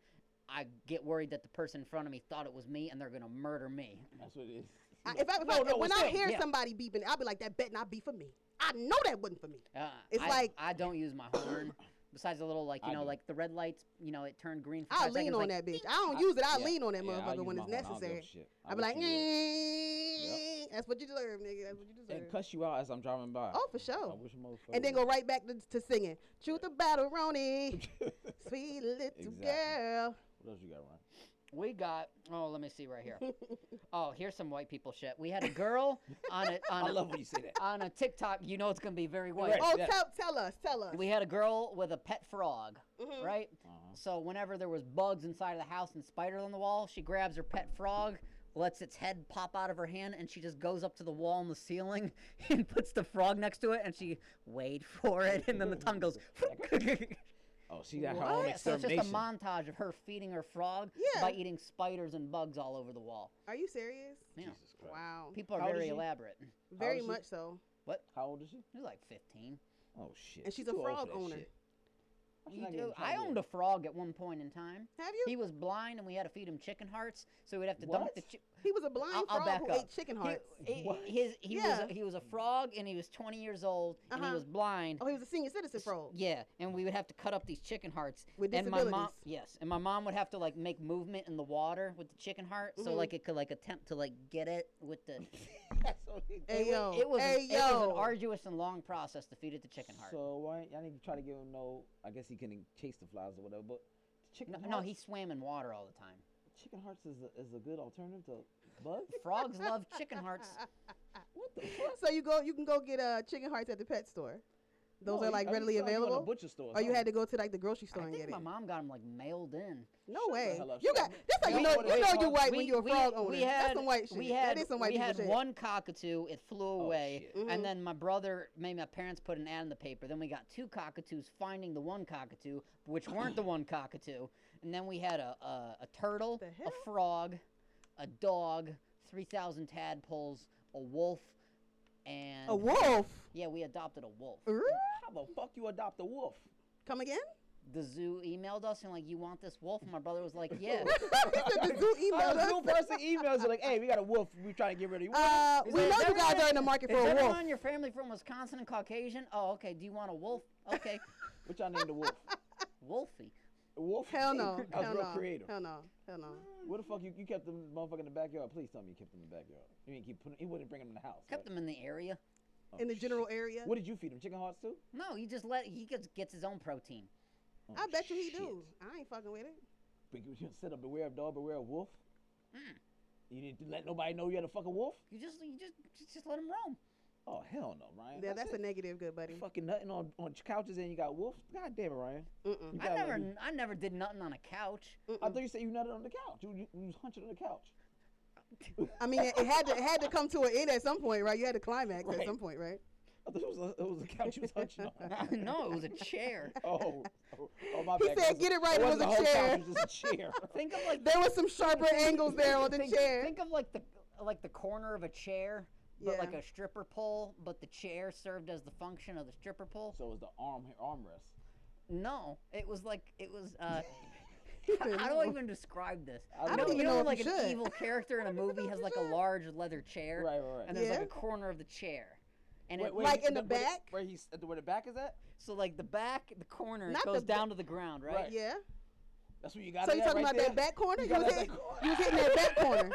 I get worried that the person in front of me thought it was me and they're gonna murder me. That's what it is. I, if I, if I, No, no, when it's I him. hear Yeah. somebody beeping, I'll be like, that bet not be for me. I know that wasn't for me. Uh, It's I, like- I don't use my horn. Besides the little, like you I know, do. like the red lights, you know, it turned green. For I lean five seconds, on like, that bitch. I don't use it. I lean on that Yeah, I motherfucker use when my it's horn. I don't give a necessary. shit. I'll be like, "Mm." wish you that's what you deserve, nigga. That's what you would. deserve. and cuss you out as I'm driving by. Oh, for I sure. wish a motherfucker. And then go would. right back to, to singing. Truth about a Roni, sweet little Exactly. girl. what else you got, Ryan? We got. Oh, let me see right here. oh, here's some white people shit. We had a girl on a on I a, love when you say that. on a TikTok. You know it's gonna be very white. Right. Oh, Yeah. tell, tell us, tell us. We had a girl with a pet frog, Mhm. right? Uh-huh. So whenever there was bugs inside of the house and spiders on the wall, she grabs her pet frog, lets its head pop out of her hand, and she just goes up to the wall and the ceiling and puts the frog next to it, and she wait for it, and then the tongue goes. Oh, she got her own What? So it's just a extermination. montage of her feeding her frog Yeah. by eating spiders and bugs all over the wall. Are you serious? Yeah. Jesus Christ. Wow. People are How old is very she? elaborate. Very oh, is she? much so. What? How old is she? She's like 15. Oh shit. And she's She a too old for frog that owner. shit. Why she You not getting do? I tried yet? owned a frog at one point in time. Have you? He was blind, and we had to feed him chicken hearts, so we'd have to dump the. What? Chi- He was a blind I'll- I'll frog back who up. ate chicken He- hearts. he- What? His he Yeah. was a, he was a frog, and he was 20 years old, and he Uh-huh. was blind. oh, he was a senior citizen frog. Yeah, and we would have to cut up these chicken hearts. With and my mom, disabilities. yes, and my mom would have to like make movement in the water with the chicken heart, so Mhm. like it could like attempt to like get it with the. That's what he did. Hey it, yo, wa- it was Oh. hey it was yo. an arduous and long process to feed it the chicken heart. So why y'all need to try to give him no? I guess he can chase the flies or whatever. But chicken no, hearts, no, he swam in water all the time. chicken hearts is a, is a good alternative to bugs. Frogs love chicken hearts. what the fuck? so you go, you can go get uh, chicken hearts at the pet store. No, Those are you- like I think readily you gotta go in a available. butcher store or or you something. had to go to like the grocery store I and get think it. my mom got him like mailed in. No Shut the way. hell up. You Shut got up. that's how Y'all you know wanna you be know frogs. you're white we, when you're a we- frog owner. We had, that's some white shit. We had, that is some white we people had shit. one cockatoo. It flew Oh, away. shit. Mhm. And then my brother made my parents put an ad in the paper. Then we got two cockatoos finding the one cockatoo, which weren't the one cockatoo. And then we had a, a, a turtle, The a hell? frog, a dog, 3,000 tadpoles, a wolf, and. A wolf. Yeah, we adopted a wolf. Ooh. How the fuck you adopt a wolf? Come again? The zoo emailed us and, like, you want this wolf? And my brother was like, yeah. the zoo How the new emailed us. person emails you like, hey, we got a wolf. We trying to get rid of you. Uh, we Is know you everyone guys are in in- the market Is for a everyone wolf. in your family from Wisconsin and Caucasian? Oh, okay. Do you want a wolf? Okay. what y'all named the wolf? Wolfie. A wolf? Hell no. I was Hell real no. creative. Hell no. Hell no. Where the fuck you, you kept them motherfucker in the backyard? Please tell me you kept them in the backyard. You didn't keep putting. He wouldn't bring them in the house. Kept right? them in the area. Oh, In the shit. general area. What did you feed him? Chicken hearts too? No, he just let he gets gets his own protein. Oh, I bet you he shit. do. I ain't fucking with it. But you just set up beware of dog, beware of wolf. Mm. You didn't let nobody know you had a fucking wolf. You just you just just, just let him roam. Oh hell no, Ryan. Yeah, that's a it. negative, good buddy. fucking nothing on on couches and you got wolf. God damn it, Ryan. Mm-mm. You I gotta let never me- I never did nothing on a couch. I thought you said you nutted on the couch. You, you, you was hunching on the couch. I mean, it, it had to it had to come to an end at some point, right? You had to climax at Right. some point, right? I thought it was a, it was a couch you was hunching on. no, it was a chair. Oh, oh, oh, my He bad. said, It wasn't- "Get it right, it was wasn't a whole chair." Couch, it was just a chair. Think of like There was some sharper angles there on the think, chair. Think of like the like the corner of a chair, but like Yeah. a stripper pole, but the chair served as the function of the stripper pole. so it was the arm armrest. No, it was like it was uh How do I even describe this? I You don't know- even you know know, if like you an should. evil character in a movie has like a large leather chair, Right, right, right. and there's like Yeah. a corner of the chair, and Wait, it, wait, Like in no, the where back? where he's where the back is at? so like the back, the corner Not the goes ba- down to the ground, right? Right. Yeah. That's what you got. So you at talking right about that there? back corner? You You, got was that hit, back corner. you was hitting that back corner.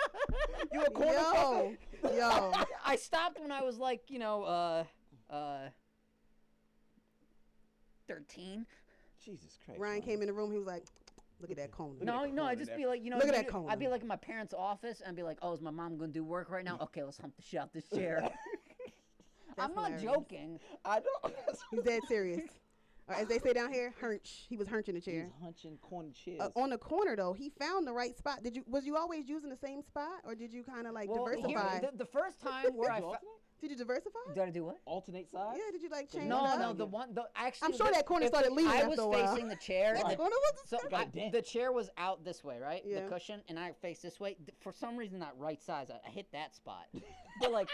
You a corner yo, fucker? yo. I stopped when I was like, you know, uh, uh, thirteen. Jesus Christ. Ryan came in the room. He was like, "Look at that corner." at No, that no, I'd corner just there. be like, you know, Look at you that do- corner. I'd be like in my parents' office and be like, oh, is my mom gonna do work right now? Okay, let's hump the shit out this chair. I'm not hilarious. joking. I know. He's dead serious. Or as they say down here, hunch. He was hunching the chair. He's hunching corner chairs. Uh, on the corner though, he found the right spot. Did you? Was you always using the same spot, or did you kind of like Well, here- diversify? the, the first time where I you fa- alternate? did you diversify? did I do what? alternate sides? yeah. Did you like you change? Hang No, it no, up? the one, the actually, sure the- that corner if the- started leaving I after was a while. facing the chair. That and- corner was so God I, damn. the chair was out this way, right? The Yeah. cushion, and I faced this way. Th- For some reason, that right size, I, I hit that spot. but like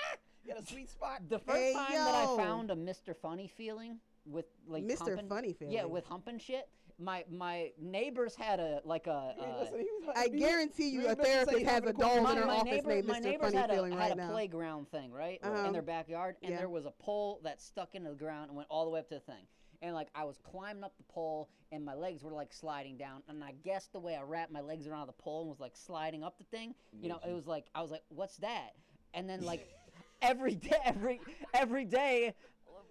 You got a sweet spot. the first Hey, time that I yo. found a Mr. Funny feeling with like Mr. humping- Funny Yeah, feeling. with humping shit. My my neighbors had a like a. You ain't Uh, listen, he was I hunting- you- guarantee you, ain't a listen to say therapist he's has having a a corner dog my, in her my office neighbor, named my Mr. neighbors Funny had a, Feeling had right a now. playground thing, right, in Uh-huh. their backyard, and Yeah. there was a pole that stuck into the ground and went all the way up to the thing. And like I was climbing up the pole, and my legs were like sliding down. And I guess the way I wrapped my legs around the pole and was like sliding up the thing, you know, it was like I was like, "What's that?" And then like every day, every every day,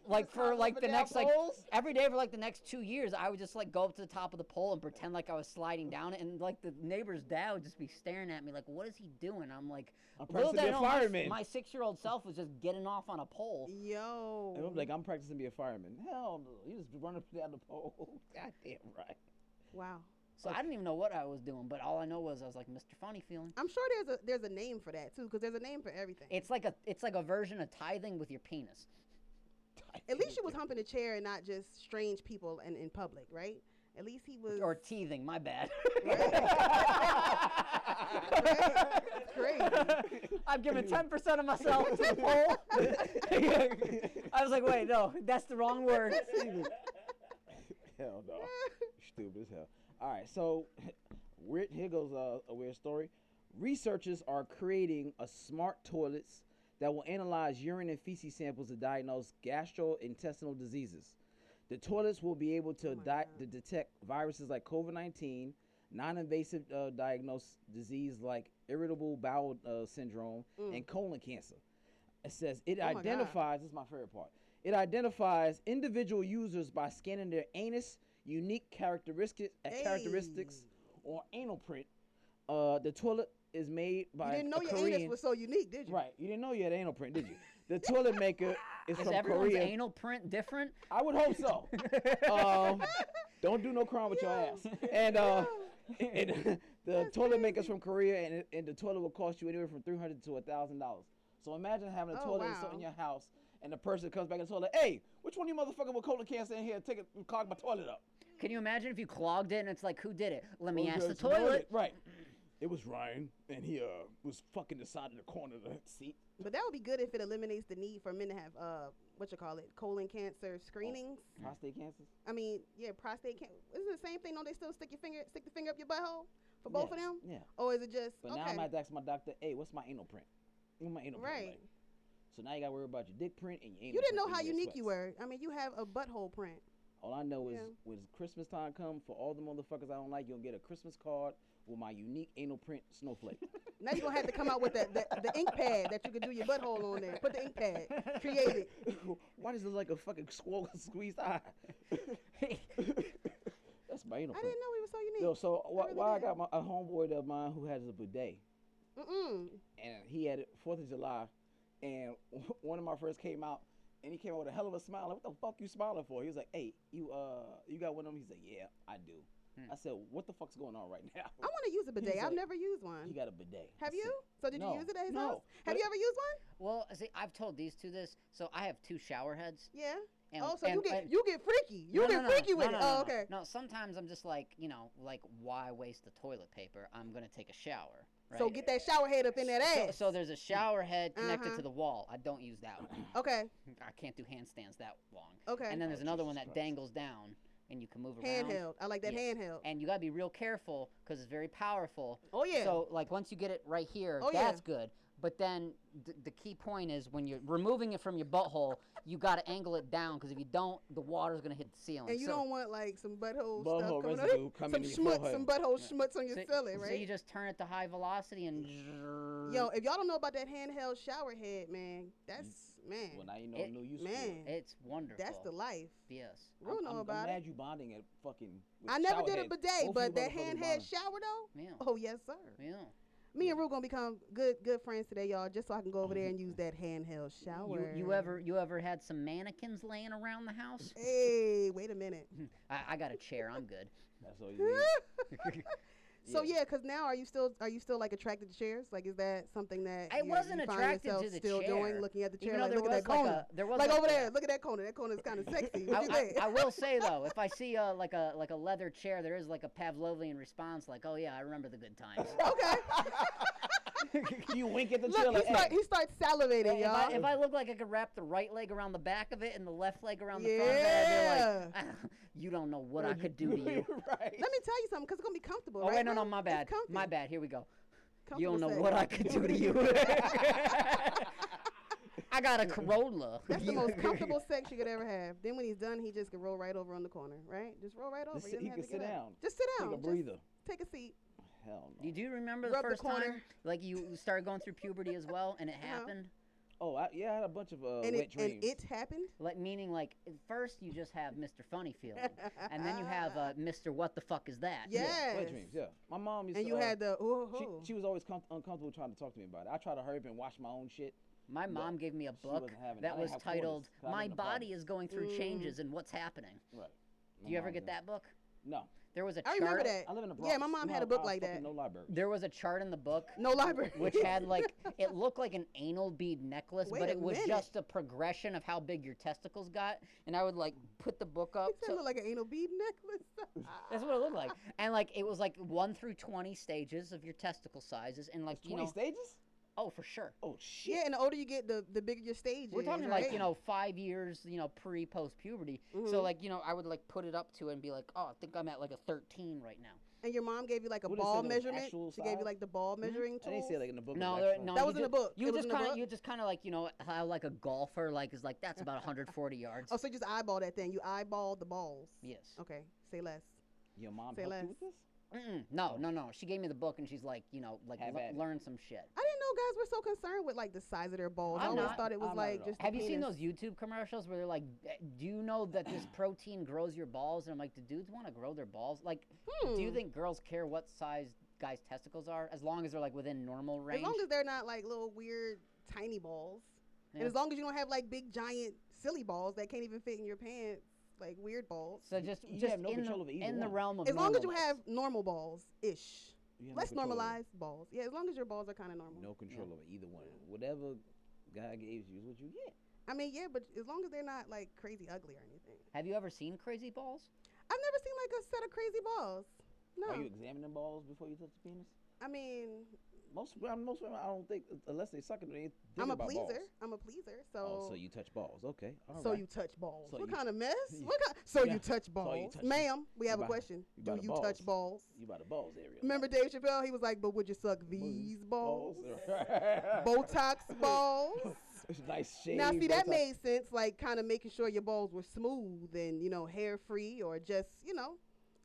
like for climbing like up the and down next like poles? every day for like the next two years, I would just like go up to the top of the pole and pretend like I was sliding down it, and like the neighbor's dad would just be staring at me like, "What is he doing?" I'm like, I'm practicing "Little did I being a know, my- fireman." my six-year-old self was just getting off on a pole." Yo. And I'm like, I'm practicing to be a fireman. Hell no. You just run up and down the pole. God damn right. wow. So I didn't even know what I was doing, but all I know was I was like, "Mr. Funny Feeling." I'm sure there's a there's a name for that too, because there's a name for everything. It's like a it's like a version of tithing with your penis. At least she was humping a chair and not just strange people and in public, right? At least he was. Or teething, my bad. That's crazy. I'm giving ten percent of myself to the poll. I was like, wait, no, that's the wrong word. Hell no. Stupid as hell. All right, so weird, here goes uh, a weird story. Researchers are creating a smart toilets that will analyze urine and feces samples to diagnose gastrointestinal diseases. The toilets will be able to, di- to detect viruses like COVID-19, non-invasive uh, diagnosed disease like irritable bowel uh, syndrome, mm. and colon cancer. It says it Oh my God. identifies. This is my favorite part. It identifies individual users by scanning their anus, unique characteristics, uh, characteristics, or anal print. Uh, the toilet is made by You didn't a know your Korean. anus was so unique, did you? right. You didn't know you had anal print, did you? The toilet maker is Is from everyone's Korea. anal print different? I would hope so. um, don't do no crime with your ass. And uh, and the toilet makers from Korea, and, it- and the toilet will cost you anywhere from three hundred to thousand dollars. So imagine having a Oh, toilet insert in wow. your house, and the person comes back and toilet, hey, which one of you motherfucker with colon cancer in here? Take it, clog my toilet up. Can you imagine if you clogged it and it's like, who did it? Let me Well, ask the it's toilet. Right. It was Ryan, and he uh was fucking the side of the corner of the seat. But that would be good if it eliminates the need for men to have uh what you call it colon cancer screenings. Prostate cancer. I mean, yeah, prostate cancer. Is it the same thing? Don't they still stick your finger stick the finger up your butthole for both Yeah, of them? yeah. Or is it just But okay? now I'm gonna have to ask my doctor, hey, what's my anal print? What's my anal print Right. like? So now you gotta worry about your dick print and your anal you didn't know print how and your unique you sweats. were. I mean, you have a butthole print. All I know is Yeah. when Christmas time come, for all the motherfuckers I don't like, you'll get a Christmas card with my unique anal print snowflake. Now you're gonna have to come out with the, the, the ink pad that you could do your butthole on there. Put the ink pad. Eh, Create it. Why does it look like a fucking squirrel squeezed eye? That's my anal I print. didn't know we were so unique. Yo, so why, really why I got didn't. my, a homeboy of mine who has a bidet, Mm-mm. and he had it Fourth of July, and one of my friends came out, and he came out with a hell of a smile. Like, what the fuck you smiling for? He was like, "Hey, you uh, you got one of them?" He's like, "Yeah, I do." I said, "What the fuck's going on right now?" I want to use a bidet. I've like, never used one. He got a bidet. I said, have you? So did No, you use it at his no, house? Have but- you ever used one? Well, see, I've told these two this, so I have two shower heads. Yeah. And, oh, so you and- get and- you get freaky. You No, no, get no, freaky no, with no, it. no, oh, no. okay. No, sometimes I'm just like, you know, like why waste the toilet paper? I'm gonna take a shower. Right? So get that shower head up in that So, ass. so there's a shower head connected Uh-huh. to the wall. I don't use that one. okay. I can't do handstands that long. Okay. And then there's Oh, another one Jesus that Christ. dangles down. and you can move around. Handheld. I like that Yes. handheld. And you gotta be real careful because it's very powerful. Oh yeah. So like once you get it right here, Oh, yeah. that's good. But then th- the key point is when you're removing it from your butthole, you gotta angle it down because if you don't, the water's gonna hit the ceiling. and you so, don't want like some butthole, Butthole stuff coming residue up. coming some in your schmutz, forehead. some butthole schmutz on your so, ceiling, so you right? just turn it to high velocity and. Yo, Mm. if y'all don't know about that handheld shower head, man, that's man, Well, now you know It- new use for it. Eh, man, it's wonderful. that's the life. Yes. We I'm, don't know I'm, I'm about glad it. you bonding at fucking. with I never shower did a heads. bidet, Both of you but that motherfuckers handheld bonding. shower though. Yeah. Oh yes, sir. Yeah. Me and Rue gonna become good good friends today, y'all. Just so I can go over there and use that handheld You, shower. you ever you ever had some mannequins laying around the house? Hey, wait a minute. I, I got a chair. I'm good. That's all you need. So yeah, because now are you still are you still like attracted to chairs? Like is that something that I you- you wasn't find attracted yourself to the still doing? chair, Looking at the chair, Even though like there look at was that like corner, a there was like, like over a- there. Look at that corner. That corner is kind of sexy. What I, you I- think? I will say though, if I see uh, like a like a leather chair, there is like a Pavlovian response, like, "Oh yeah, I remember the good times." okay. you wink at the chair Look, he, like, start, hey, he starts salivating, if, I, y'all. if I look like I could wrap the right leg around the back of it and the left leg around the front of it, I'd be like, "Ah, "You don't know what I could do to you." right. Let me tell you something, because it's gonna be comfortable, Oh Oh, right? wait, no, Rue? no, my It's bad, my comfy. bad. Here we go. You Comfortable don't know sex. what I could do to you. I got a Corolla. That's the You- most comfortable sex you could ever have. Then when he's done, he just can roll right over on the corner, right? Just roll right over. Just Oh, sit- You don't he have can to get sit up. down. Just sit down. Take a Just breather. Take a seat. Hell no. You do remember Rub the the first corner. time, like you started going through puberty as well, and it Uh-huh. happened. Oh, I, yeah, I had a bunch of uh, wet and it dreams. and it happened. Like meaning, like at first you just have Mr. Funny feeling, and then you have uh, Mr. What the fuck is that? Yeah. Yeah, wet Yes. dreams. Yeah, my mom used and to. you uh, had the oh, ooh, she, ooh. she was always com- uncomfortable trying to talk to me about it. I tried to hurry up and watch my own shit. My mom gave me a she book wasn't having it. I that didn't was have quarters, titled 'cause I live "My in an apartment. Body Is Going Through Mm. Changes and What's Happening." Right. Oh My Do you ever mom get didn't- that book? No. There was a I chart. remember that. I live in the Bronx. Uh, Yeah, my mom had No, a book I like fucking that. No library. There was a chart in the book No library. which had like it looked like an anal bead necklace, Wait but a it was minute. just a progression of how big your testicles got. And I would like put the book up. That to- looked like an anal bead necklace. That's what it looked like. And like it was like one through twenty stages of your testicle sizes, and like you Twenty know, stages? oh for sure. Oh shit. yeah, and the older you get, the the bigger your stage We're is, talking right? like you know five years, you know pre post puberty. Mhm. So like you know I would like put it up to it and be like, oh I think I'm at like a thirteen right now. And your mom gave you like a What did it say ball that was measurement. actual She gave you size? Mm-hmm. like the ball measuring I didn't tool. see it, like in the book. it No, was there- actual. no, That you was in the ju- book. You It was just in the kind book. of you just kind of like you know how like a golfer like is like that's about 140 yards. Oh, so you just eyeball that thing. You eyeball the balls. Yes. Okay. Say less. Your mom Say helped less. you with this? Mm-mm. No, no, no. She gave me the book and she's like, you know, like Have le- at it. learn some shit. I didn't know guys were so concerned with like the size of their balls. i I'm always not- thought it was I'm not at like all. just. the Have you seen penis. those YouTube commercials where they're like, "Eh, do you know that this protein grows your balls? And I'm like, do dudes want to grow their balls? Like, do you Hmm. think girls care what size guys' testicles are as long as they're like within normal range? As long as they're not like little weird tiny balls, Yeah. and as long as you don't have like big giant silly balls that can't even fit in your pants, like weird balls. so just, you just have no in, control the, over either in the one. realm of As long as you normalness. have normal balls ish. You had no Let's control over it. normalize balls. Yeah, as long as your balls are kind of normal. No control over either one. Whatever God gave you is what you get. I mean, yeah, but as long as they're not like crazy ugly or anything. have you ever seen crazy balls? I've never seen like a set of crazy balls. No, Are you examining balls before you touch the penis? I mean, Most women, most women, I don't think, unless they suck it, they ain't thinking I'm a about pleaser. balls. I'm a pleaser. So, Oh, so you touch balls? Okay, all so right. you touch balls. So what you- kind of mess? you- What kind? So Yeah. you touch balls, touch- ma'am? We you have a buy- question. you buy Do the you touch balls? you by the balls area. Remember Dave Chappelle? He was like, "But would you suck these balls? Botox balls?" nice shave. now, see, that Botox. made sense. Like, kind of making sure your balls were smooth and you know, hair free, or just you know,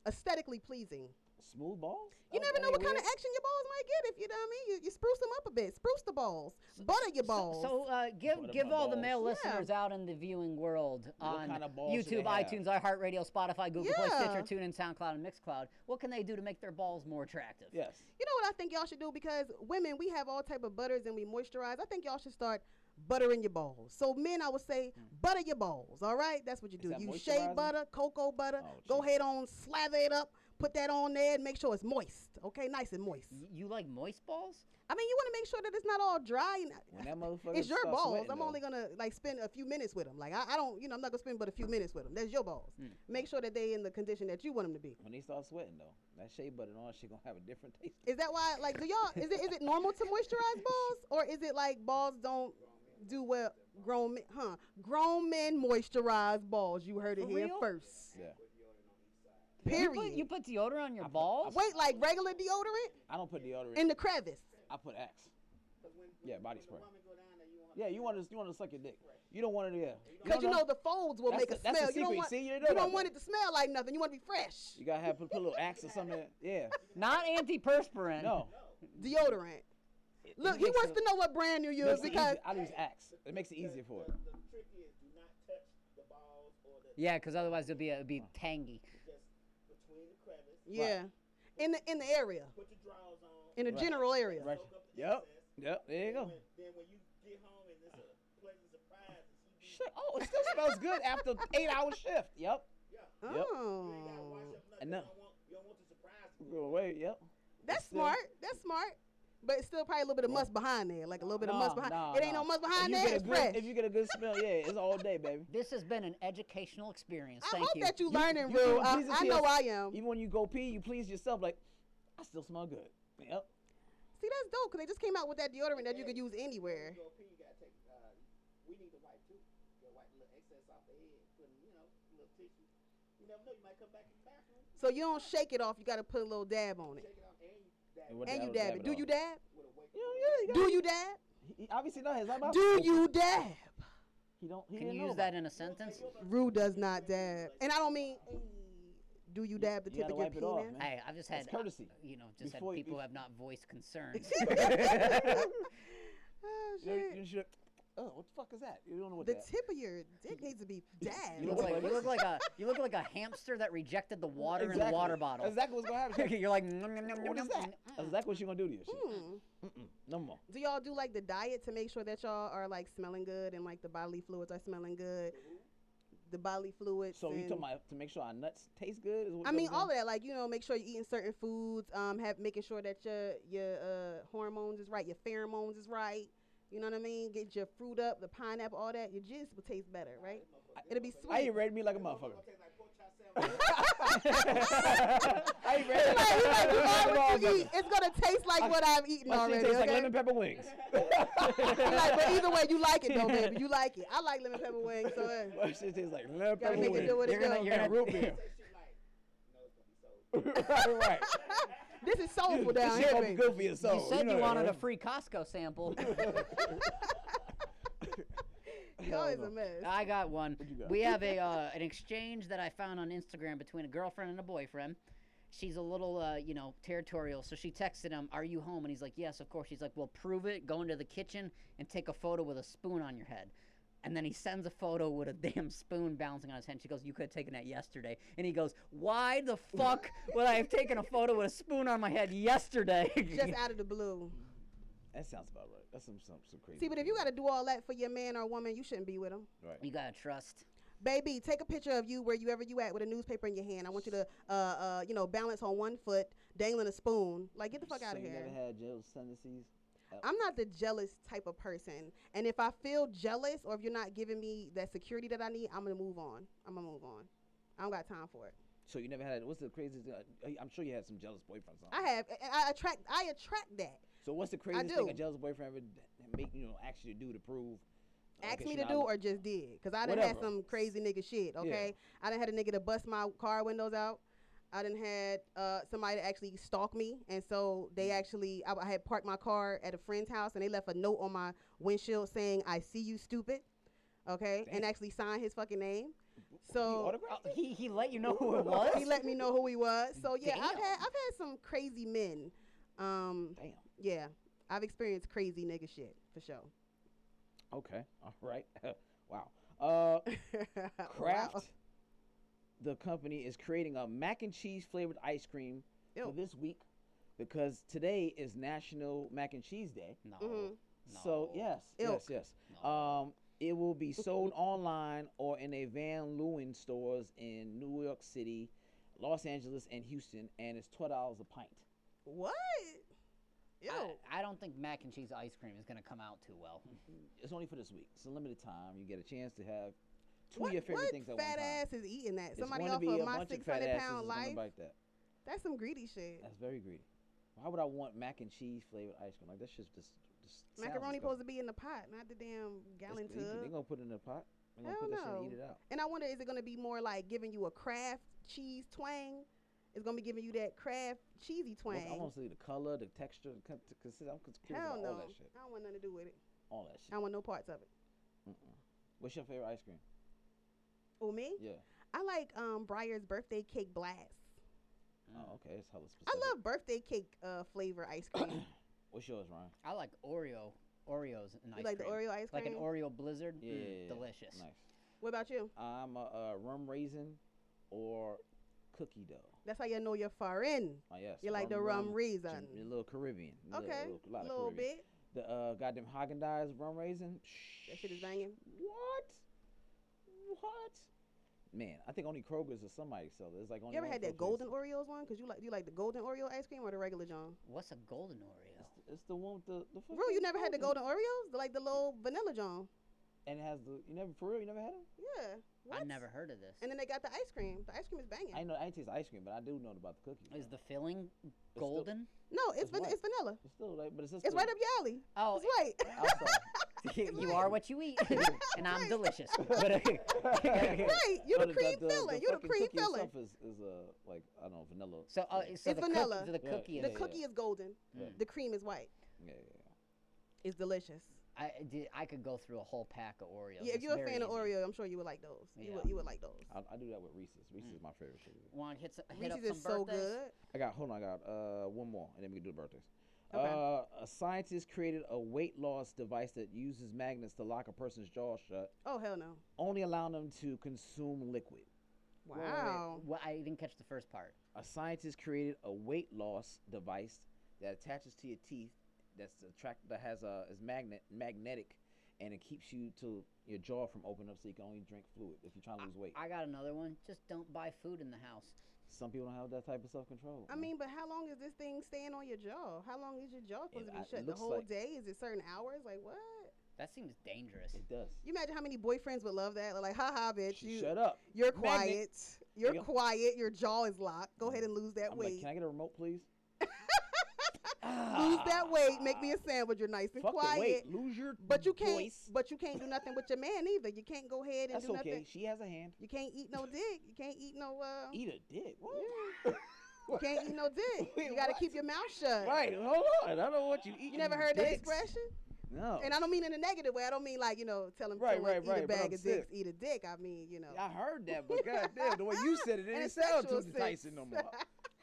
aesthetically pleasing. smooth balls. You Oh, never that know ain't what kind of weird. action your balls might get if you know what I mean. You, you spruce them up a bit, spruce the balls, butter your balls. So, so uh, give What give about all the balls? male Yeah. listeners out in the viewing world on kind of balls do they YouTube, have? iTunes, iHeartRadio, Spotify, Google Play, Yeah. Stitcher, TuneIn, SoundCloud, and MixCloud. What can they do to make their balls more attractive? Yes. you know what I think y'all should do because women we have all type of butters and we moisturize. I think y'all should start buttering your balls. So men, I would say butter your balls. All right, that's what you Hmm. Is do. that You shea moisturizing? butter, cocoa butter. Oh, go Jesus. ahead on slather it up. Put that on there and make sure it's moist. Okay, nice and moist. Mm-hmm. Y- you like moist balls? I mean, you want to make sure that it's not all dry and When that motherfucker. it's your starts balls. sweating, I'm though, only gonna like spend a few minutes with them. Like I, I don't, you know, I'm not gonna spend but a few minutes with them. That's your balls. Hmm. Make sure that they in the condition that you want them to be. When they start sweating though, that shea butter and all that shit gonna have a different taste. Is that why? Like, do y'all? Is it is it normal to moisturize balls, or is it like balls don't do well? Grown men, huh? Grown men moisturize balls. You heard it For here real? first. Yeah. You Period. put, you put deodorant on your balls? Wait, like regular deodorant I don't put deodorant. in the crevice. I put Axe. Yeah, body spray. Yeah, you want to you want to suck your dick. You don't want it yeah. Cause you don't know the folds will That's make the- a that's the smell. You don't secret. want See, you you know don't about want that. it to smell like nothing. You want to be fresh. You gotta have put, put a little axe or something. Yeah. Not antiperspirant. No. Deodorant. It- Look, it he makes wants it- to know what brand new you makes use it because easy. I use axe. It makes it easier for it. The, the trick is do not touch the balls or the Yeah, because otherwise it'll be it'll be tangy. just between the crevice. yeah, in the in the area, Put your drawers on. in the Right. general area. Right. soak up the Yep. excess, Yep. There you go. When, then when you get home and it's a pleasant surprise, and she be- Shit. Oh, it still smells good after eight hour shift. Yep. yeah. Yep. Oh, You ain't gotta wash up nothing. Enough. You don't want, you don't want the surprise. to Go go. away. Yep. that's still- smart. That's smart. But it's still probably a little bit of must behind there, like a little bit of must Nah, behind. nah, it ain't nah. no must If behind you, there. get a It's good, fresh. if you get a good smell, yeah, it's all day, baby. This has been an educational experience. I Thank hope you. that you learning you real. can I, please I yourself. know I am. Even when you go pee, you please yourself. Like, I still smell good. Yep. See, that's dope because they just came out with that deodorant that you could use anywhere. You go pee, you gotta take. Uh, we need to wipe too. You gotta wipe the little excess off the head. Put you know little tissue. You never know. You might come back in the bathroom. So you don't shake it off. You got to put a little dab on it. Shake it off And and you dab it what- And you dab- dab dab it. it Do off. you dab? with a wake. You know, yeah, you Do gotta- you dab? He, he obviously not his. mouth. Do you dab? He don't. He Can didn't you know use about that in a sentence? Rue does not dab. And I don't mean, eh, do you dab the you tip gotta of your wipe it off, penis? man. Hey, I've just had It's courtesy. You know, just Before had you- people bef- who have not voiced concerns. Oh, You know, you- shit. you should- Oh, what the fuck is that? You don't know what The that. tip of your dick needs to be dabbed. You look, like, you look like a you look like a hamster that rejected the water in the Exactly. water bottle. That's exactly what's gonna happen. She- You're like, "Nom, nom, nom, what is nom, that? nom." That's exactly what she's gonna do to you. She- Mm. Mm-mm. No more. Do y'all do like the diet to make sure that y'all are like smelling good and like the bodily fluids are smelling good? The bodily fluids. Mm-hmm. So you and- talking about to make sure our nuts taste good? Is what I you mean, gonna all do? of that. Like, you know, make sure you're eating certain foods. Um, have making sure that your your uh, hormones is right, your pheromones is right. You know what I mean? Get your fruit up, the pineapple, all that. Your juice will taste better, right? It'll be I sweet. ain't ready me like a motherfucker. Tastes like pork chop sandwich. I ain't ready. Like, you like, like a you are what you motherfucker. eat. It's gonna taste like I- what I've eaten My shit already. tastes okay? like lemon pepper wings. I'm like, but either way, you like it though, baby. You like it. I like lemon pepper wings, so eh. My shit tastes like lemon gotta pepper make it wings. do what it You're gonna- do. you're gonna- and root beer. Say shit like, no, it's gonna be sold. right, right. This is soulful down Shit here, gonna be baby. good for your soul. You said Oh, know you that, wanted a right? free Costco sample. Y'all is no. a mess. I got one. you got? We have a uh, an exchange that I found on Instagram between a girlfriend and a boyfriend. She's a little, uh, you know, territorial. So she texted him, "Are you home?" And he's like, "Yes, of course." She's like, "Well, prove it. Go into the kitchen and take a photo with a spoon on your head." And then he sends a photo with a damn spoon bouncing on his head. She goes, "You could have taken that yesterday." And he goes, "Why the fuck would I have taken a photo with a spoon on my head yesterday?" Just out of the blue. That sounds about right. That's some some, some crazy. See, but if you gotta do all that for your man or woman, you shouldn't be with him. right. you gotta trust. Baby, take a picture of you wherever you at with a newspaper in your hand. I want you to, uh, uh, you know, balance on one foot, dangling a spoon. Like, get the fuck out so of you here. never had jealous tendencies. I'm not the jealous type of person, and if I feel jealous or if you're not giving me that security that I need, I'm gonna move on. I'm gonna move on. I don't got time for it. So you never had what's the craziest? Uh, I- I'm sure you had some jealous boyfriends. huh? I have, and I attract, I attract that. So what's the craziest thing do. a jealous boyfriend ever d- make you know actually do to prove? uh, Ask okay, me she to not do li- or just did, cause I done had Whatever. some crazy nigga shit. Okay, I done had a nigga to bust my car windows out. I done had uh, somebody to actually stalk me, and so they Mm. actually I, I had parked my car at a friend's house, and they left a note on my windshield saying "I see you, stupid." Okay, Damn. and actually signed his fucking name. You So Oh, Uh, autographed it? he he let you know who it was. he let me know who he was. So yeah, I've Damn. had I've had some crazy men. Um, Damn. yeah, I've experienced crazy nigga shit for sure. Okay. All right. wow. Uh, Oh, Wow. Kraft, the company, is creating a mac and cheese flavored ice cream for Ew. this week because today is National Mac and Cheese Day. no. Mhm. So No. yes, Ilk. yes, yes. No. Um, it will be sold online or in a Van Leeuwen stores in New York City, Los Angeles, and Houston, and it's twelve dollars a pint. What? Yo, I, I don't think mac and cheese ice cream is gonna come out too well. It's only for this week. It's a limited time. You get a chance to have two what, of your favorite what things at one fat time. ass is eating that? It's Somebody gonna off be of a my bunch six fat hundred asses pound is gonna life. bite that. That's some greedy shit. That's very greedy. Why would I want mac and cheese flavored ice cream? Like that's just just, just sounds Macaroni disgusting. supposed to be in the pot, not the damn gallon It's- They, they tub. gonna put it in a pot. They gonna Hell put that shit and eat no. it out. And I wonder, is it gonna be more like giving you a Kraft cheese twang It's gonna be giving you that craft cheesy Look, twang. I want to see the color, the texture, the con- the consistency. I'm cons- curious Hell about no. all that shit. I don't want nothing to do with it. All that I shit. don't want no parts of it. Mm-mm. What's your favorite ice cream? Oh me? Yeah. I like um Briar's birthday cake blast. Oh, okay. It's hella specific. I love birthday cake uh flavor ice cream. What's yours, Ryan? I like Oreo. Oreos and ice you like cream. the Oreo ice cream? Like an Oreo blizzard. Yeah, Mm, yeah, yeah. delicious. Nice. what about you? I'm a, a rum raisin or cookie dough. That's how you know you're foreign. Oh yes. You like the rum raisin. Jam- A little Caribbean. a little- Okay, a little, lot a of little Caribbean. bit. The uh, goddamn Haagen Dazs rum raisin. That shit is banging. What? What? Man, I think only Kroger's or somebody sell it. It's like only You ever one had of that those places. golden Oreos one? Cause you like, do you like the golden Oreo ice cream or the regular John? What's a golden Oreo? It's, it's the one with the the. Bro, you fucking never had the golden- golden Oreos? The, like the little vanilla John? And it has the you never for real you never had it. Yeah. What? I've never heard of this. And then they got the ice cream. The ice cream is banging. I know I ain't taste ice cream, but I do know about the cookies. Is though. the filling still- golden? no, it's It's van- white. it's vanilla. it's still like, but it's just It's the- right up your alley. Oh, It's white. outside. you are what you eat, and I'm Right. delicious. But uh, right. You Oh, the cream filling. You the fucking cream cookie filling. itself Is, is uh, like I don't know vanilla. so, uh, yeah. so the, cook- vanilla. the Yeah, cookie. The is- cookie is golden. Yeah. The cream is white. yeah, yeah, It's delicious. I did. I could go through a whole pack of Oreos. yeah, if It's you're a very fan of easy. Oreo, I'm sure you would like those. You Yeah. would you would like those. yeah. I, I do that with Reese's. Reese's Mm. is my favorite shit. Want to hit, some, hit up Reese's some is so birthdays? good. I got hold on. I got uh one more, and then we can do the birthdays. Okay. Uh, a scientist created a weight loss device that uses magnets to lock a person's jaw shut, Oh hell no. only allowing them to consume liquid. Wait, wait, wait. Wow. Wha- I didn't catch the first part. A scientist created a weight loss device that attaches to your teeth. That's attract that has a is magnet magnetic, and it keeps you to your jaw from opening up, so you can only drink fluid if you're trying to lose weight. I got another one. Just don't buy food in the house. Some people don't have that type of self control. I mean, but how long is this thing staying on your jaw? How long is your jaw It- supposed to be I- it shut? The looks whole like- day? Is it certain hours? Like what? That seems dangerous. it does. You imagine how many boyfriends would love that? Like, ha ha, bitch, Sh- you Shut up. you're Magnet. quiet, you're There you go. quiet, your jaw is locked. Go ahead Mhm. and lose that I'm like, weight. can I get a remote, please? Ah. lose that weight. Make me a sandwich. You're nice and Fuck quiet. the weight. Lose your But you can't. voice. But you can't do nothing with your man either. You can't go ahead and That's do okay. nothing. She has a hand. You can't eat no dick. You can't eat no. Uh, Eat a dick. What? you can't eat no dick. Wait, you got to what? keep your mouth shut. Right. Hold on. I don't know what you eat. You never heard that dicks. expression? No. And I don't mean in a negative way. I don't mean like you know, tell him Right, someone, right, eat a right, but bag I'm of saying- dicks, eat a dick. I mean, you know, I heard that, but goddamn, the way you said it, it In a didn't sound sexual too enticing no sense. more.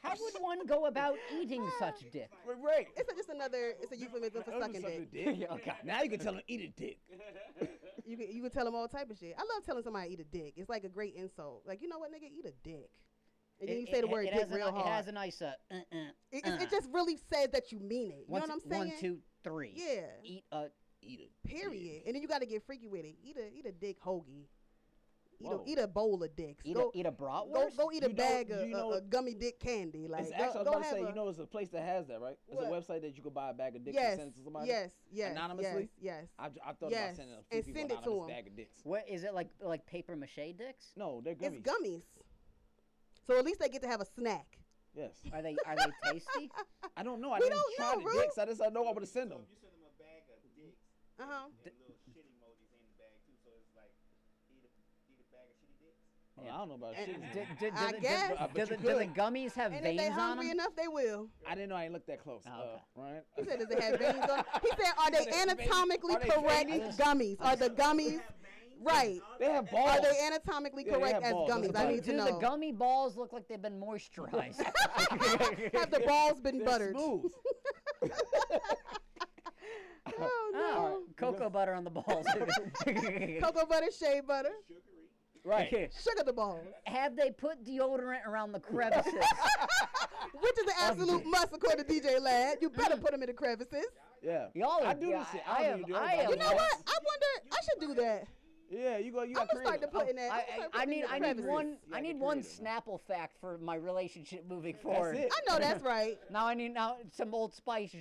How would one go about eating such dick? Right, right. it's a, just another. It's a euphemism for That was sucking something dick. dick. Now you can tell them eat a dick. You can you can tell them all type of shit. I love telling somebody eat a dick. It's like a great insult. Like you know what, nigga, eat a dick. And then you say the word it dick has real an, hard. It has a nice uh, uh, uh, It, it, uh. it just really says that you mean it. You One, know two- what I'm saying? One, two, three. Yeah. Eat a. Eat a dick. Period. And then you got to get freaky with it. Eat a eat a dick hoagie. Eat a, Whoa. eat a bowl of dicks. Eat go, a. Eat a go bratwurst. go eat a You know- bag of, you know- of- of gummy dick candy. Like It's go, actually, I was go about to have say, a, you know, it's a place that has that, right? It's What? a website that you can buy a bag of dicks yes, and send it to somebody. yes, yes, anonymously? Ah, Yes, yes. I, j- I thought Yes, about sending a few and people send an it to anonymous 'em. bag of dicks. What is it like? Like paper mache dicks? No, they're It's gummies. gummies. So at least they get to have a snack. yes. Are they are they tasty? I don't know. I We didn't don't try know, the Rue. dicks. I just I know I'm gonna send So them. if you send them a bag of dicks. Uh-huh. And little shit emojis in the bag too, so it's like eat a eat a bag of shitty dicks. Well, I don't know about D- shit. d- d- I do the- guess. I Do, bet the, Uh, you do the could. gummies have And if they veins on hungry them? enough, they will. I didn't know I ain't looked that close. Oh, okay. uh, right? He said, does it have veins on? He said, are said, "Are they they- anatomically are they correct veiny?" gummies? Are the gummies right? they have balls. Are they anatomically Yeah, they correct have as balls. That's gummies? about I it. need to do the know. gummy balls look like they've been moisturized? Have the balls been They're buttered? smooth. Oh Ah, no. cocoa butter on the balls. Cocoa butter, shea butter. Sugary. Right. Sugar the balls. have they put deodorant around the crevices? Which is an absolute must according to DJ Lad. You better put them in the crevices. Yeah. Y'all I are- do yeah, this shit. I I, am- don't even do it. I but am- do You know it. what? I wonder I should do that. Yeah, you go. You I'm got gonna start to creative. put in that. I, I'm gonna I, I start putting need them I in the need crevices. one Yeah, I get need one creative, man. Snapple fact for my relationship moving That's forward. it. I know that's right. Now I need now some old spice.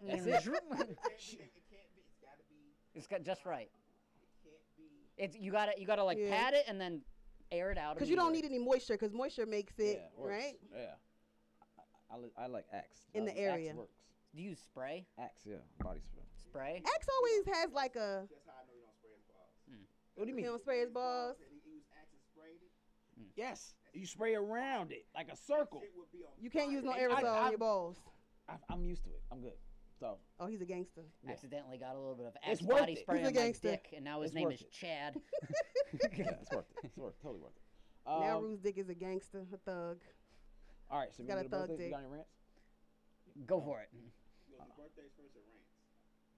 That's it. It can't be. It can't be. It's gotta be. It's got just right. It can't be. It's you gotta you gotta like Yeah. pat it and then air it out. Because you don't need it. any moisture, because moisture makes Yeah, it, works. right? Yeah. I, I, li- I like Axe. In Uh, the Axe area. works. Do you spray? Axe, yeah, body spray. Spray? X always has like a. That's how I know you don't spray his balls. What do you He mean? don't spray his balls. And he, he was actually sprayed it. Yes, you spray around it like a circle. It would be on You can't use no I- aerosol I- on your balls. I, I'm used to it. I'm good. So Oh, he's a gangster. Accidentally got a little bit of It's Axe worth body it. spray He's a on my gangster. dick, and now his It's name worth is it. Chad. yeah, it's worth it. It's worth totally worth it. now Um, Rue's dick is a gangster, a thug. all right, so we got go a to thug birthdays. You dick. got any rants? Go for it. your birthdays first and rants.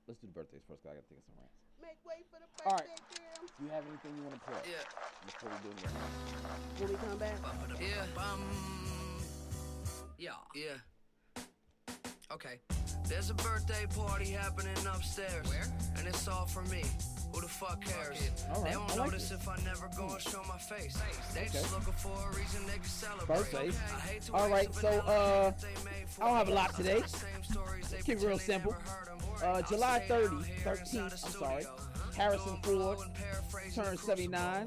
Let's do the birthdays first. 'cause I gotta think of some rants. Make way for the All right. birthday girl. Do you have anything you want to plug? Yeah. Before we do the rants? When we come back. Yeah. Bum. Yeah. Yeah. Okay. There's a birthday party happening upstairs. Where? And it's all for me. Who the fuck cares? Alright, They I don't like notice if I never go and show my face. They just looking for a reason they can celebrate. Birthdays. I hate to All right, waste a so, vanilla uh, that they made for I don't have a me. lot today. The same stories they Keep it real pretend they simple. never heard 'em. Uh, I'm July staying out 30, here inside 13th, the I'm sorry. studio. Harrison Doing blow Ford and paraphrasing turned Crucible. 79. If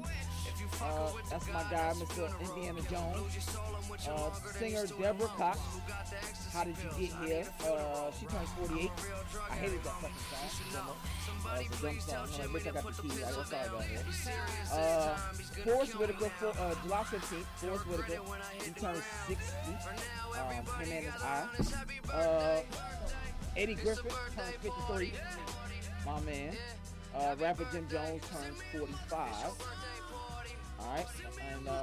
you fucking Uh, with the that's my God, guy, that's Mr. funeral. Indiana Yeah. Jones. Lose your soul, I'm with you Uh, longer than singer you still Deborah alone. Cox. Who got the ecstasy How did you pills? get I here? need a funeral. Uh, she turned 48. Real drug I hated that addict, fucking homie. song. You should Don't know. know. Somebody That's a dumb please song. tell I'm like, Jimmy bitch, I to got put the the keys. I pistol just saw it down. down here. He's serious this Uh, time. He's gonna Forrest kill me Whitaker, now. for, uh, July 15th, Forrest Regret Whitaker, it when I hit he the turned ground. 60. For now, Um, everybody him and his gather eye. round. It's happy Uh, birthday, birthday. Eddie It's a Griffin birthday turns 53. party. Yeah. My man. Uh, rapper Jim Jones turns 45. Birthday party. All right, and uh,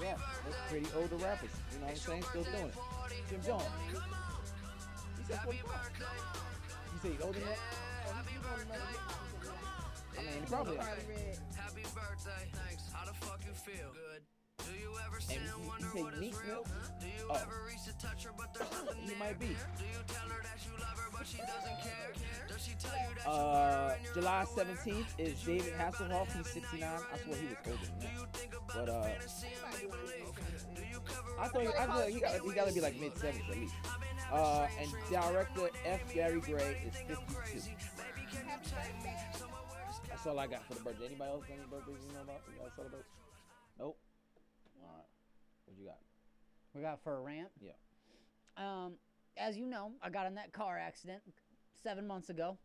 yeah, that's pretty older rappers. You know what I'm saying? Still doing it. Jim Jones. He said 45. You say he's older than that? Oh, I mean, he probably. Are. Probably red. Happy birthday. Thanks. How the fuck you feel? Good. Do you ever sit And and you- wonder you say what is meat real? milk? Do you Oh. ever reach to touch her, but there's nothing He there? might be. Do you tell her that you love her, but she doesn't care? Does she tell you that you love Uh, her and you're July unaware? 17th is David Hasselhoff. He's 69. I swear he was older than that. But uh, I thought he, I thought he got he got to be like mid 70s at least. Uh, and director F. Gary Gray is 52. That's all I got for the birthday. Anybody else got any birthdays you know about? You gotta celebrate? Nope. All right. What you got? We got for a rant. Yeah. Um, as you know, I got in that car accident seven months ago,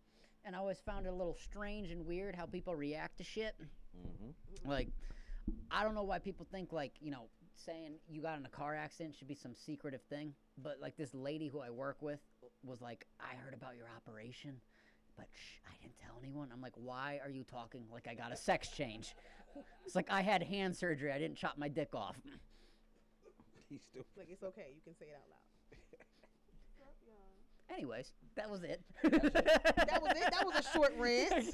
and I always found it a little strange and weird how people react to shit. Mm-hmm. Like, I don't know why people think like you know saying you got in a car accident should be some secretive thing. But like this lady who I work with was like, I heard about your operation, but shh, I didn't tell anyone. I'm like, why are you talking like I got a sex change? It's like I had hand surgery. I didn't chop my dick off. He's stupid. Like it's okay. You can say it out loud. Anyways, that was it. That was it. That was a short rant.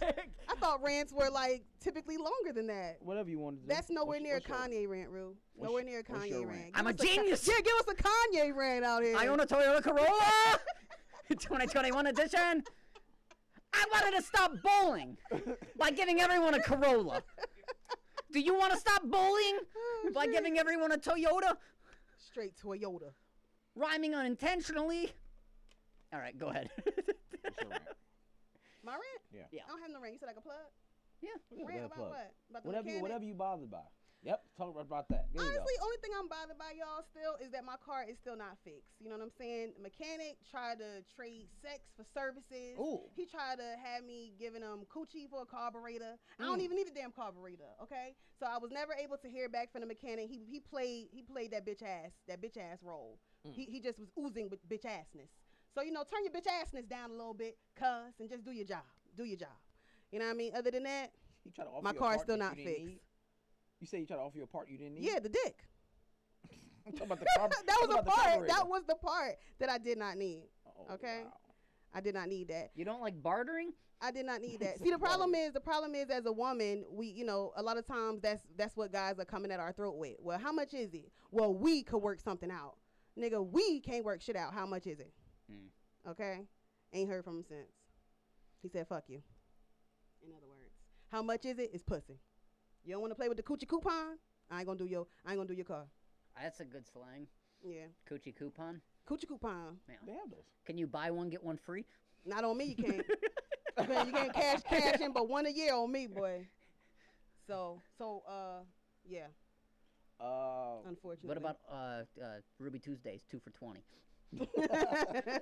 I thought rants were like typically longer than that. Whatever you want to do. That's nowhere What's- near a what's your- Kanye rant, Rue. what's Nowhere your- near a what's your Kanye rant? rant. Give I'm a us Ka- genius. yeah, give us a Kanye rant out here. I own a Toyota Corolla. 2021 edition. I wanted to stop bowling by giving everyone a Corolla. Do you want to stop bowling Oh, by shit. giving everyone a Toyota? straight Toyota. Rhyming unintentionally. All right, go ahead. what's your rant? My rant? Yeah. Yeah. I don't have no rant. You said I could plug. What's your bad Rant about plug? what? About the Whatever you, mechanic? whatever you bothered by. Yep, talk about that. There you go. Honestly, only thing I'm bothered by y'all still is that my car is still not fixed. You know what I'm saying? Mechanic tried to trade sex for services. Ooh. He tried to have me giving him coochie for a carburetor. I Mm. don't even need a damn carburetor, okay? So I was never able to hear back from the mechanic. He he played he played that bitch ass that bitch ass role. Mm. He he just was oozing with bitch assness. So you know, turn your bitch assness down a little bit, cuss, and just do your job. Do your job. You know what I mean? Other than that, He tried to offer my you a car's part still that not you didn't fixed. need? You say you tried to offer you a part you didn't need? yeah, the dick. I'm talking about the carb- that was talking the about the part. carburetor. That was the part that I did not need. Oh, okay. wow. I did not need that. you don't like bartering? I did not need that. See, the problem is the problem is as a woman, we you know a lot of times that's that's what guys are coming at our throat with. Well, how much is it? Well, we could work something out, nigga. We can't work shit out. How much is it? Mm. Okay, ain't heard from him since. He said, "Fuck you." In other words, how much is it? It's pussy. You don't want to play with the coochie coupon? I ain't gonna do your I ain't gonna do your car. That's a good slang. Yeah, Coochie coupon. coochie coupon. They have those. Can you buy one get one free? Not on me, you can't. you can't- you can't cash cash in but one a year on me, boy. So so uh yeah, Uh, unfortunately. What about uh, uh, Ruby Tuesdays? Two for twenty.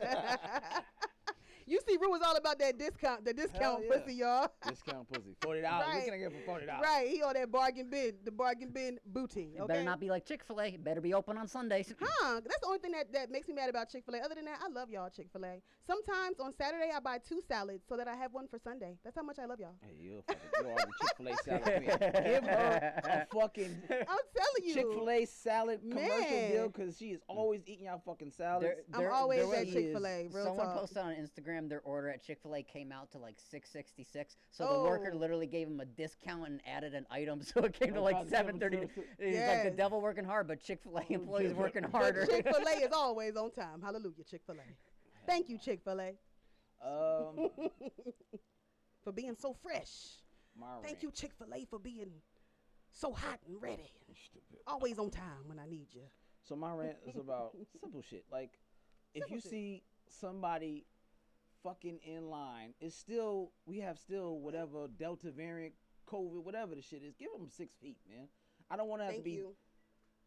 you see Rue was all about that discount, the discount yeah. pussy, y'all. Discount pussy. Forty dollars. What Right. can I get for forty dollars? Right, he on that bargain bin, the bargain bin booty. It Okay? better not be like Chick Fil A. It better be open on Sundays. Huh? That's the only thing that, that makes me mad about Chick Fil A. Other than that, I love y'all Chick Fil A. Sometimes on Saturday I buy two salads so that I have one for Sunday. That's how much I love y'all. Hey, you a fucking you are the Chick Fil A salad queen. Give her a fucking I'm telling you. Chick Fil A salad commercial Man. deal because she is always eating y'all fucking salads. There- I'm always there at was- Chick Fil A. Real Someone talk. posted on Instagram their order at Chick Fil A came out to like 666. So the worker Oh. literally gave him a discount and added an item, so it came to Oh, like God, the devil 7:30. serves it. It's like the Yes. devil working hard, but Chick Fil A employees working harder. Chick Fil A is always on time. Hallelujah, Chick Fil A. Thank you, Chick Fil A, um, for being so fresh. my Thank rant. you, Chick Fil A, for being so hot and ready. and Always on time when I need you. So my rant is about simple shit. Like, if Simple you shit. see somebody fucking in line, it's still we have still whatever Delta variant, COVID, whatever the shit is. Give them six feet, man. I don't want to have Thank to be you.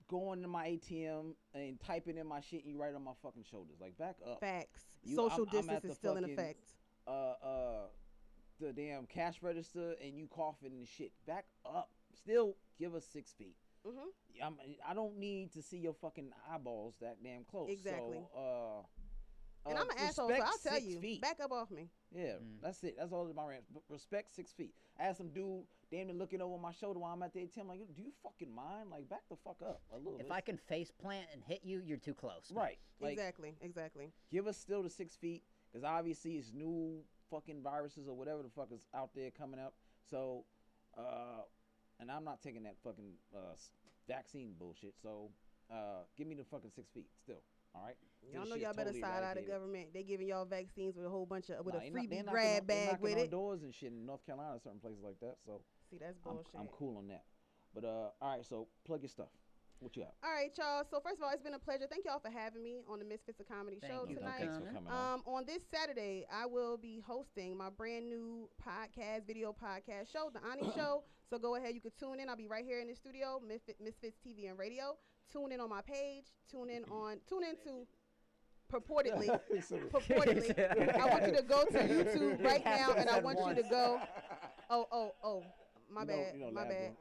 going to my ATM and typing in my shit. You right on my fucking shoulders. Like back up. Facts. You- I'm- I'm Social at distance the is still in fucking- effect. Uh, uh, the damn cash register and you coughing and shit. Back up. Still give us six feet. Mhm. I'm, I don't need to see your fucking eyeballs that damn close. Exactly. So, uh, And uh, I'm an asshole, so respect I'll tell six you. Feet. Back up off me. yeah, Mm. that's it. That's all of my rant. Respect six feet. I had some dude damn near looking over my shoulder while I'm at the ATM. Like, do you fucking mind? Like, back the fuck up a little bit. If I can face plant and hit you, you're too close. right, like, exactly. Exactly. give us still the six feet because obviously it's new fucking viruses or whatever the fuck is out there coming up. So, uh, and I'm not taking that fucking uh, s- vaccine bullshit. So, uh, give me the fucking six feet still. All right. This Y'all know shit's y'all better totally side out of eradicated. government. They giving y'all vaccines with a whole bunch of with Nah, a they knock- they freebie knocking grab on- they bag knocking with on it. Doors and shit in North Carolina, certain places like that. So See, that's I'm, bullshit. I'm cool on that. But uh, all right, so plug your stuff. What you have? All right, y'all. So first of all, it's been a pleasure. Thank y'all for having me on the Misfits of Comedy Thank show you. Oh, tonight. thanks for Um, coming on. Um, on this Saturday, I will be hosting my brand new podcast, video podcast show, The Ani Show. So go ahead, you can tune in. I'll be right here in the studio, Misfit, Misfits TV and Radio. Tune in on my page. Tune in on. Tune in to purportedly. purportedly. I want you to go to YouTube right now, and I want you to go. Oh, oh, oh. My You know- bad. you know my Lab bad. Girl.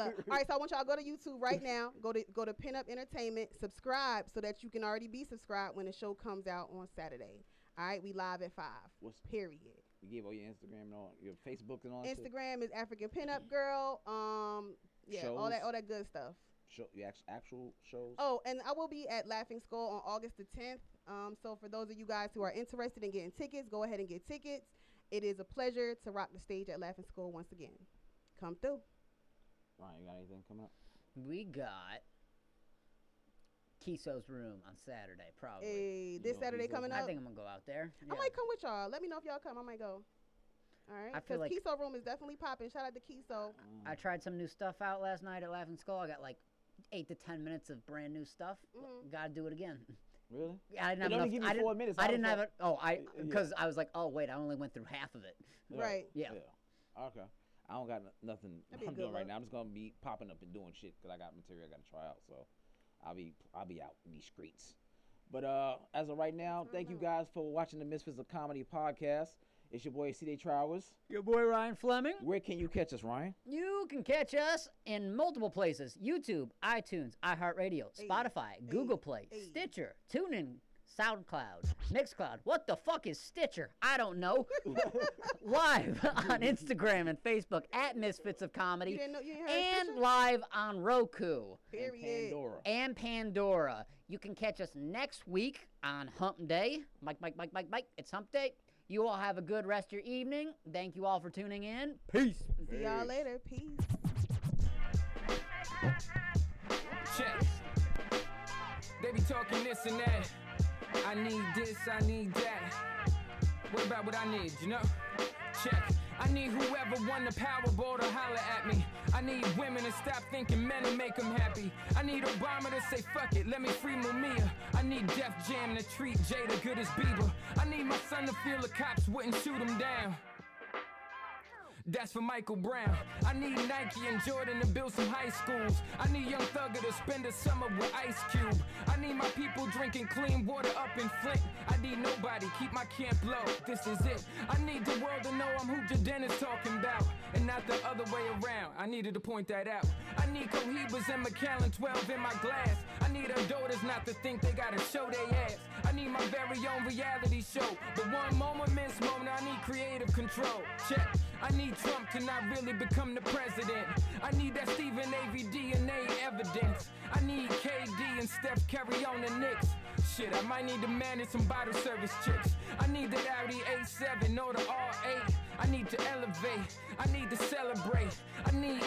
up. All right, so I want y'all to go to YouTube right now. Go to go to Pin Up Entertainment. Subscribe so that you can already be subscribed when the show comes out on Saturday. All right, we live at five. What's Period. you give all your Instagram and all your Facebook and all that shit? Instagram is African Pin Up Girl. Um, yeah, all that Shows. all that good stuff. Show, your act- actual shows. Oh, and I will be at Laughing Skull on August the 10th. Um, so for those of you guys who are interested in getting tickets, go ahead and get tickets. It is a pleasure to rock the stage at Laughing Skull once again. Come through. Ryan, you got anything coming up? We got Kiso's room on Saturday, probably. Hey, this know, Saturday he's a- Eh, coming I up. think I'm gonna go out there. I Yeah. might come with y'all. Let me know if y'all come. I might go. All right. I Because feel like- Kiso Room is definitely popping. Shout out to Kiso. Mm. I tried some new stuff out last night at Laughing Skull. I got like eight to ten minutes of brand new stuff. Mhm. Gotta do it again. Really? I didn't have It only enough. give you I didn't, four minutes. I How didn't the have fuck- it. Oh, I Yeah. because I was like, oh wait, I only went through half of it. Right. Yeah. Okay. I don't got no- nothing That'd be a I'm good doing right look. now. I'm just gonna be popping up and doing shit because I got material I gotta try out. So I'll be I'll be out in these streets. But uh, as of right now, thank you guys for watching the Misfits of Comedy podcast. It's your boy C.D. Trowers. Your boy Ryan Fleming. Where can you catch us, Ryan? You can catch us in multiple places YouTube, iTunes, iHeartRadio, Spotify, Google Play, Stitcher, TuneIn, SoundCloud, Mixcloud. What the fuck is Stitcher? I don't know. live on Instagram and Facebook at Misfits of Comedy. You didn't know- you didn't hear of and Stitcher? live on Roku And Period. Pandora. and Pandora. You can catch us next week on Hump Day. Mike, Mike, Mike, Mike, Mike. It's Hump Day. You all have a good rest of your evening. Thank you all for tuning in. Peace. See y'all later. Peace. Check. They be talking this and that. I need this, I need that. What about what I need, you know? Check. I need whoever won the Powerball to holler at me. I need women to stop thinking men and make them happy. I need Obama to say, fuck it, let me free Mumia. I need Def Jam to treat Jada good as Bieber. I need my son to feel the cops wouldn't shoot him down. That's for Michael Brown. I need Nike and Jordan to build some high schools. I need Young Thugger to spend a summer with Ice Cube. I need my people drinking clean water up in Flint. I need nobody, keep my camp low. This is it. I need the world to know I'm who Jaden is talking about. And not the other way around. I needed to point that out. I need Cohibas and McAllen 12 in my glass. I need our daughters not to think they gotta show their ass. I need my very own reality show. But one moment, miss moment, I need creative control. Check. I need Trump to not really become the president. I need that Stephen Avery DNA evidence. I need KD and Steph Curry on the Knicks. Shit, I might need to manage some bottle service chicks. I need that Audi A7 or the R8. I need to elevate. I need to celebrate. I need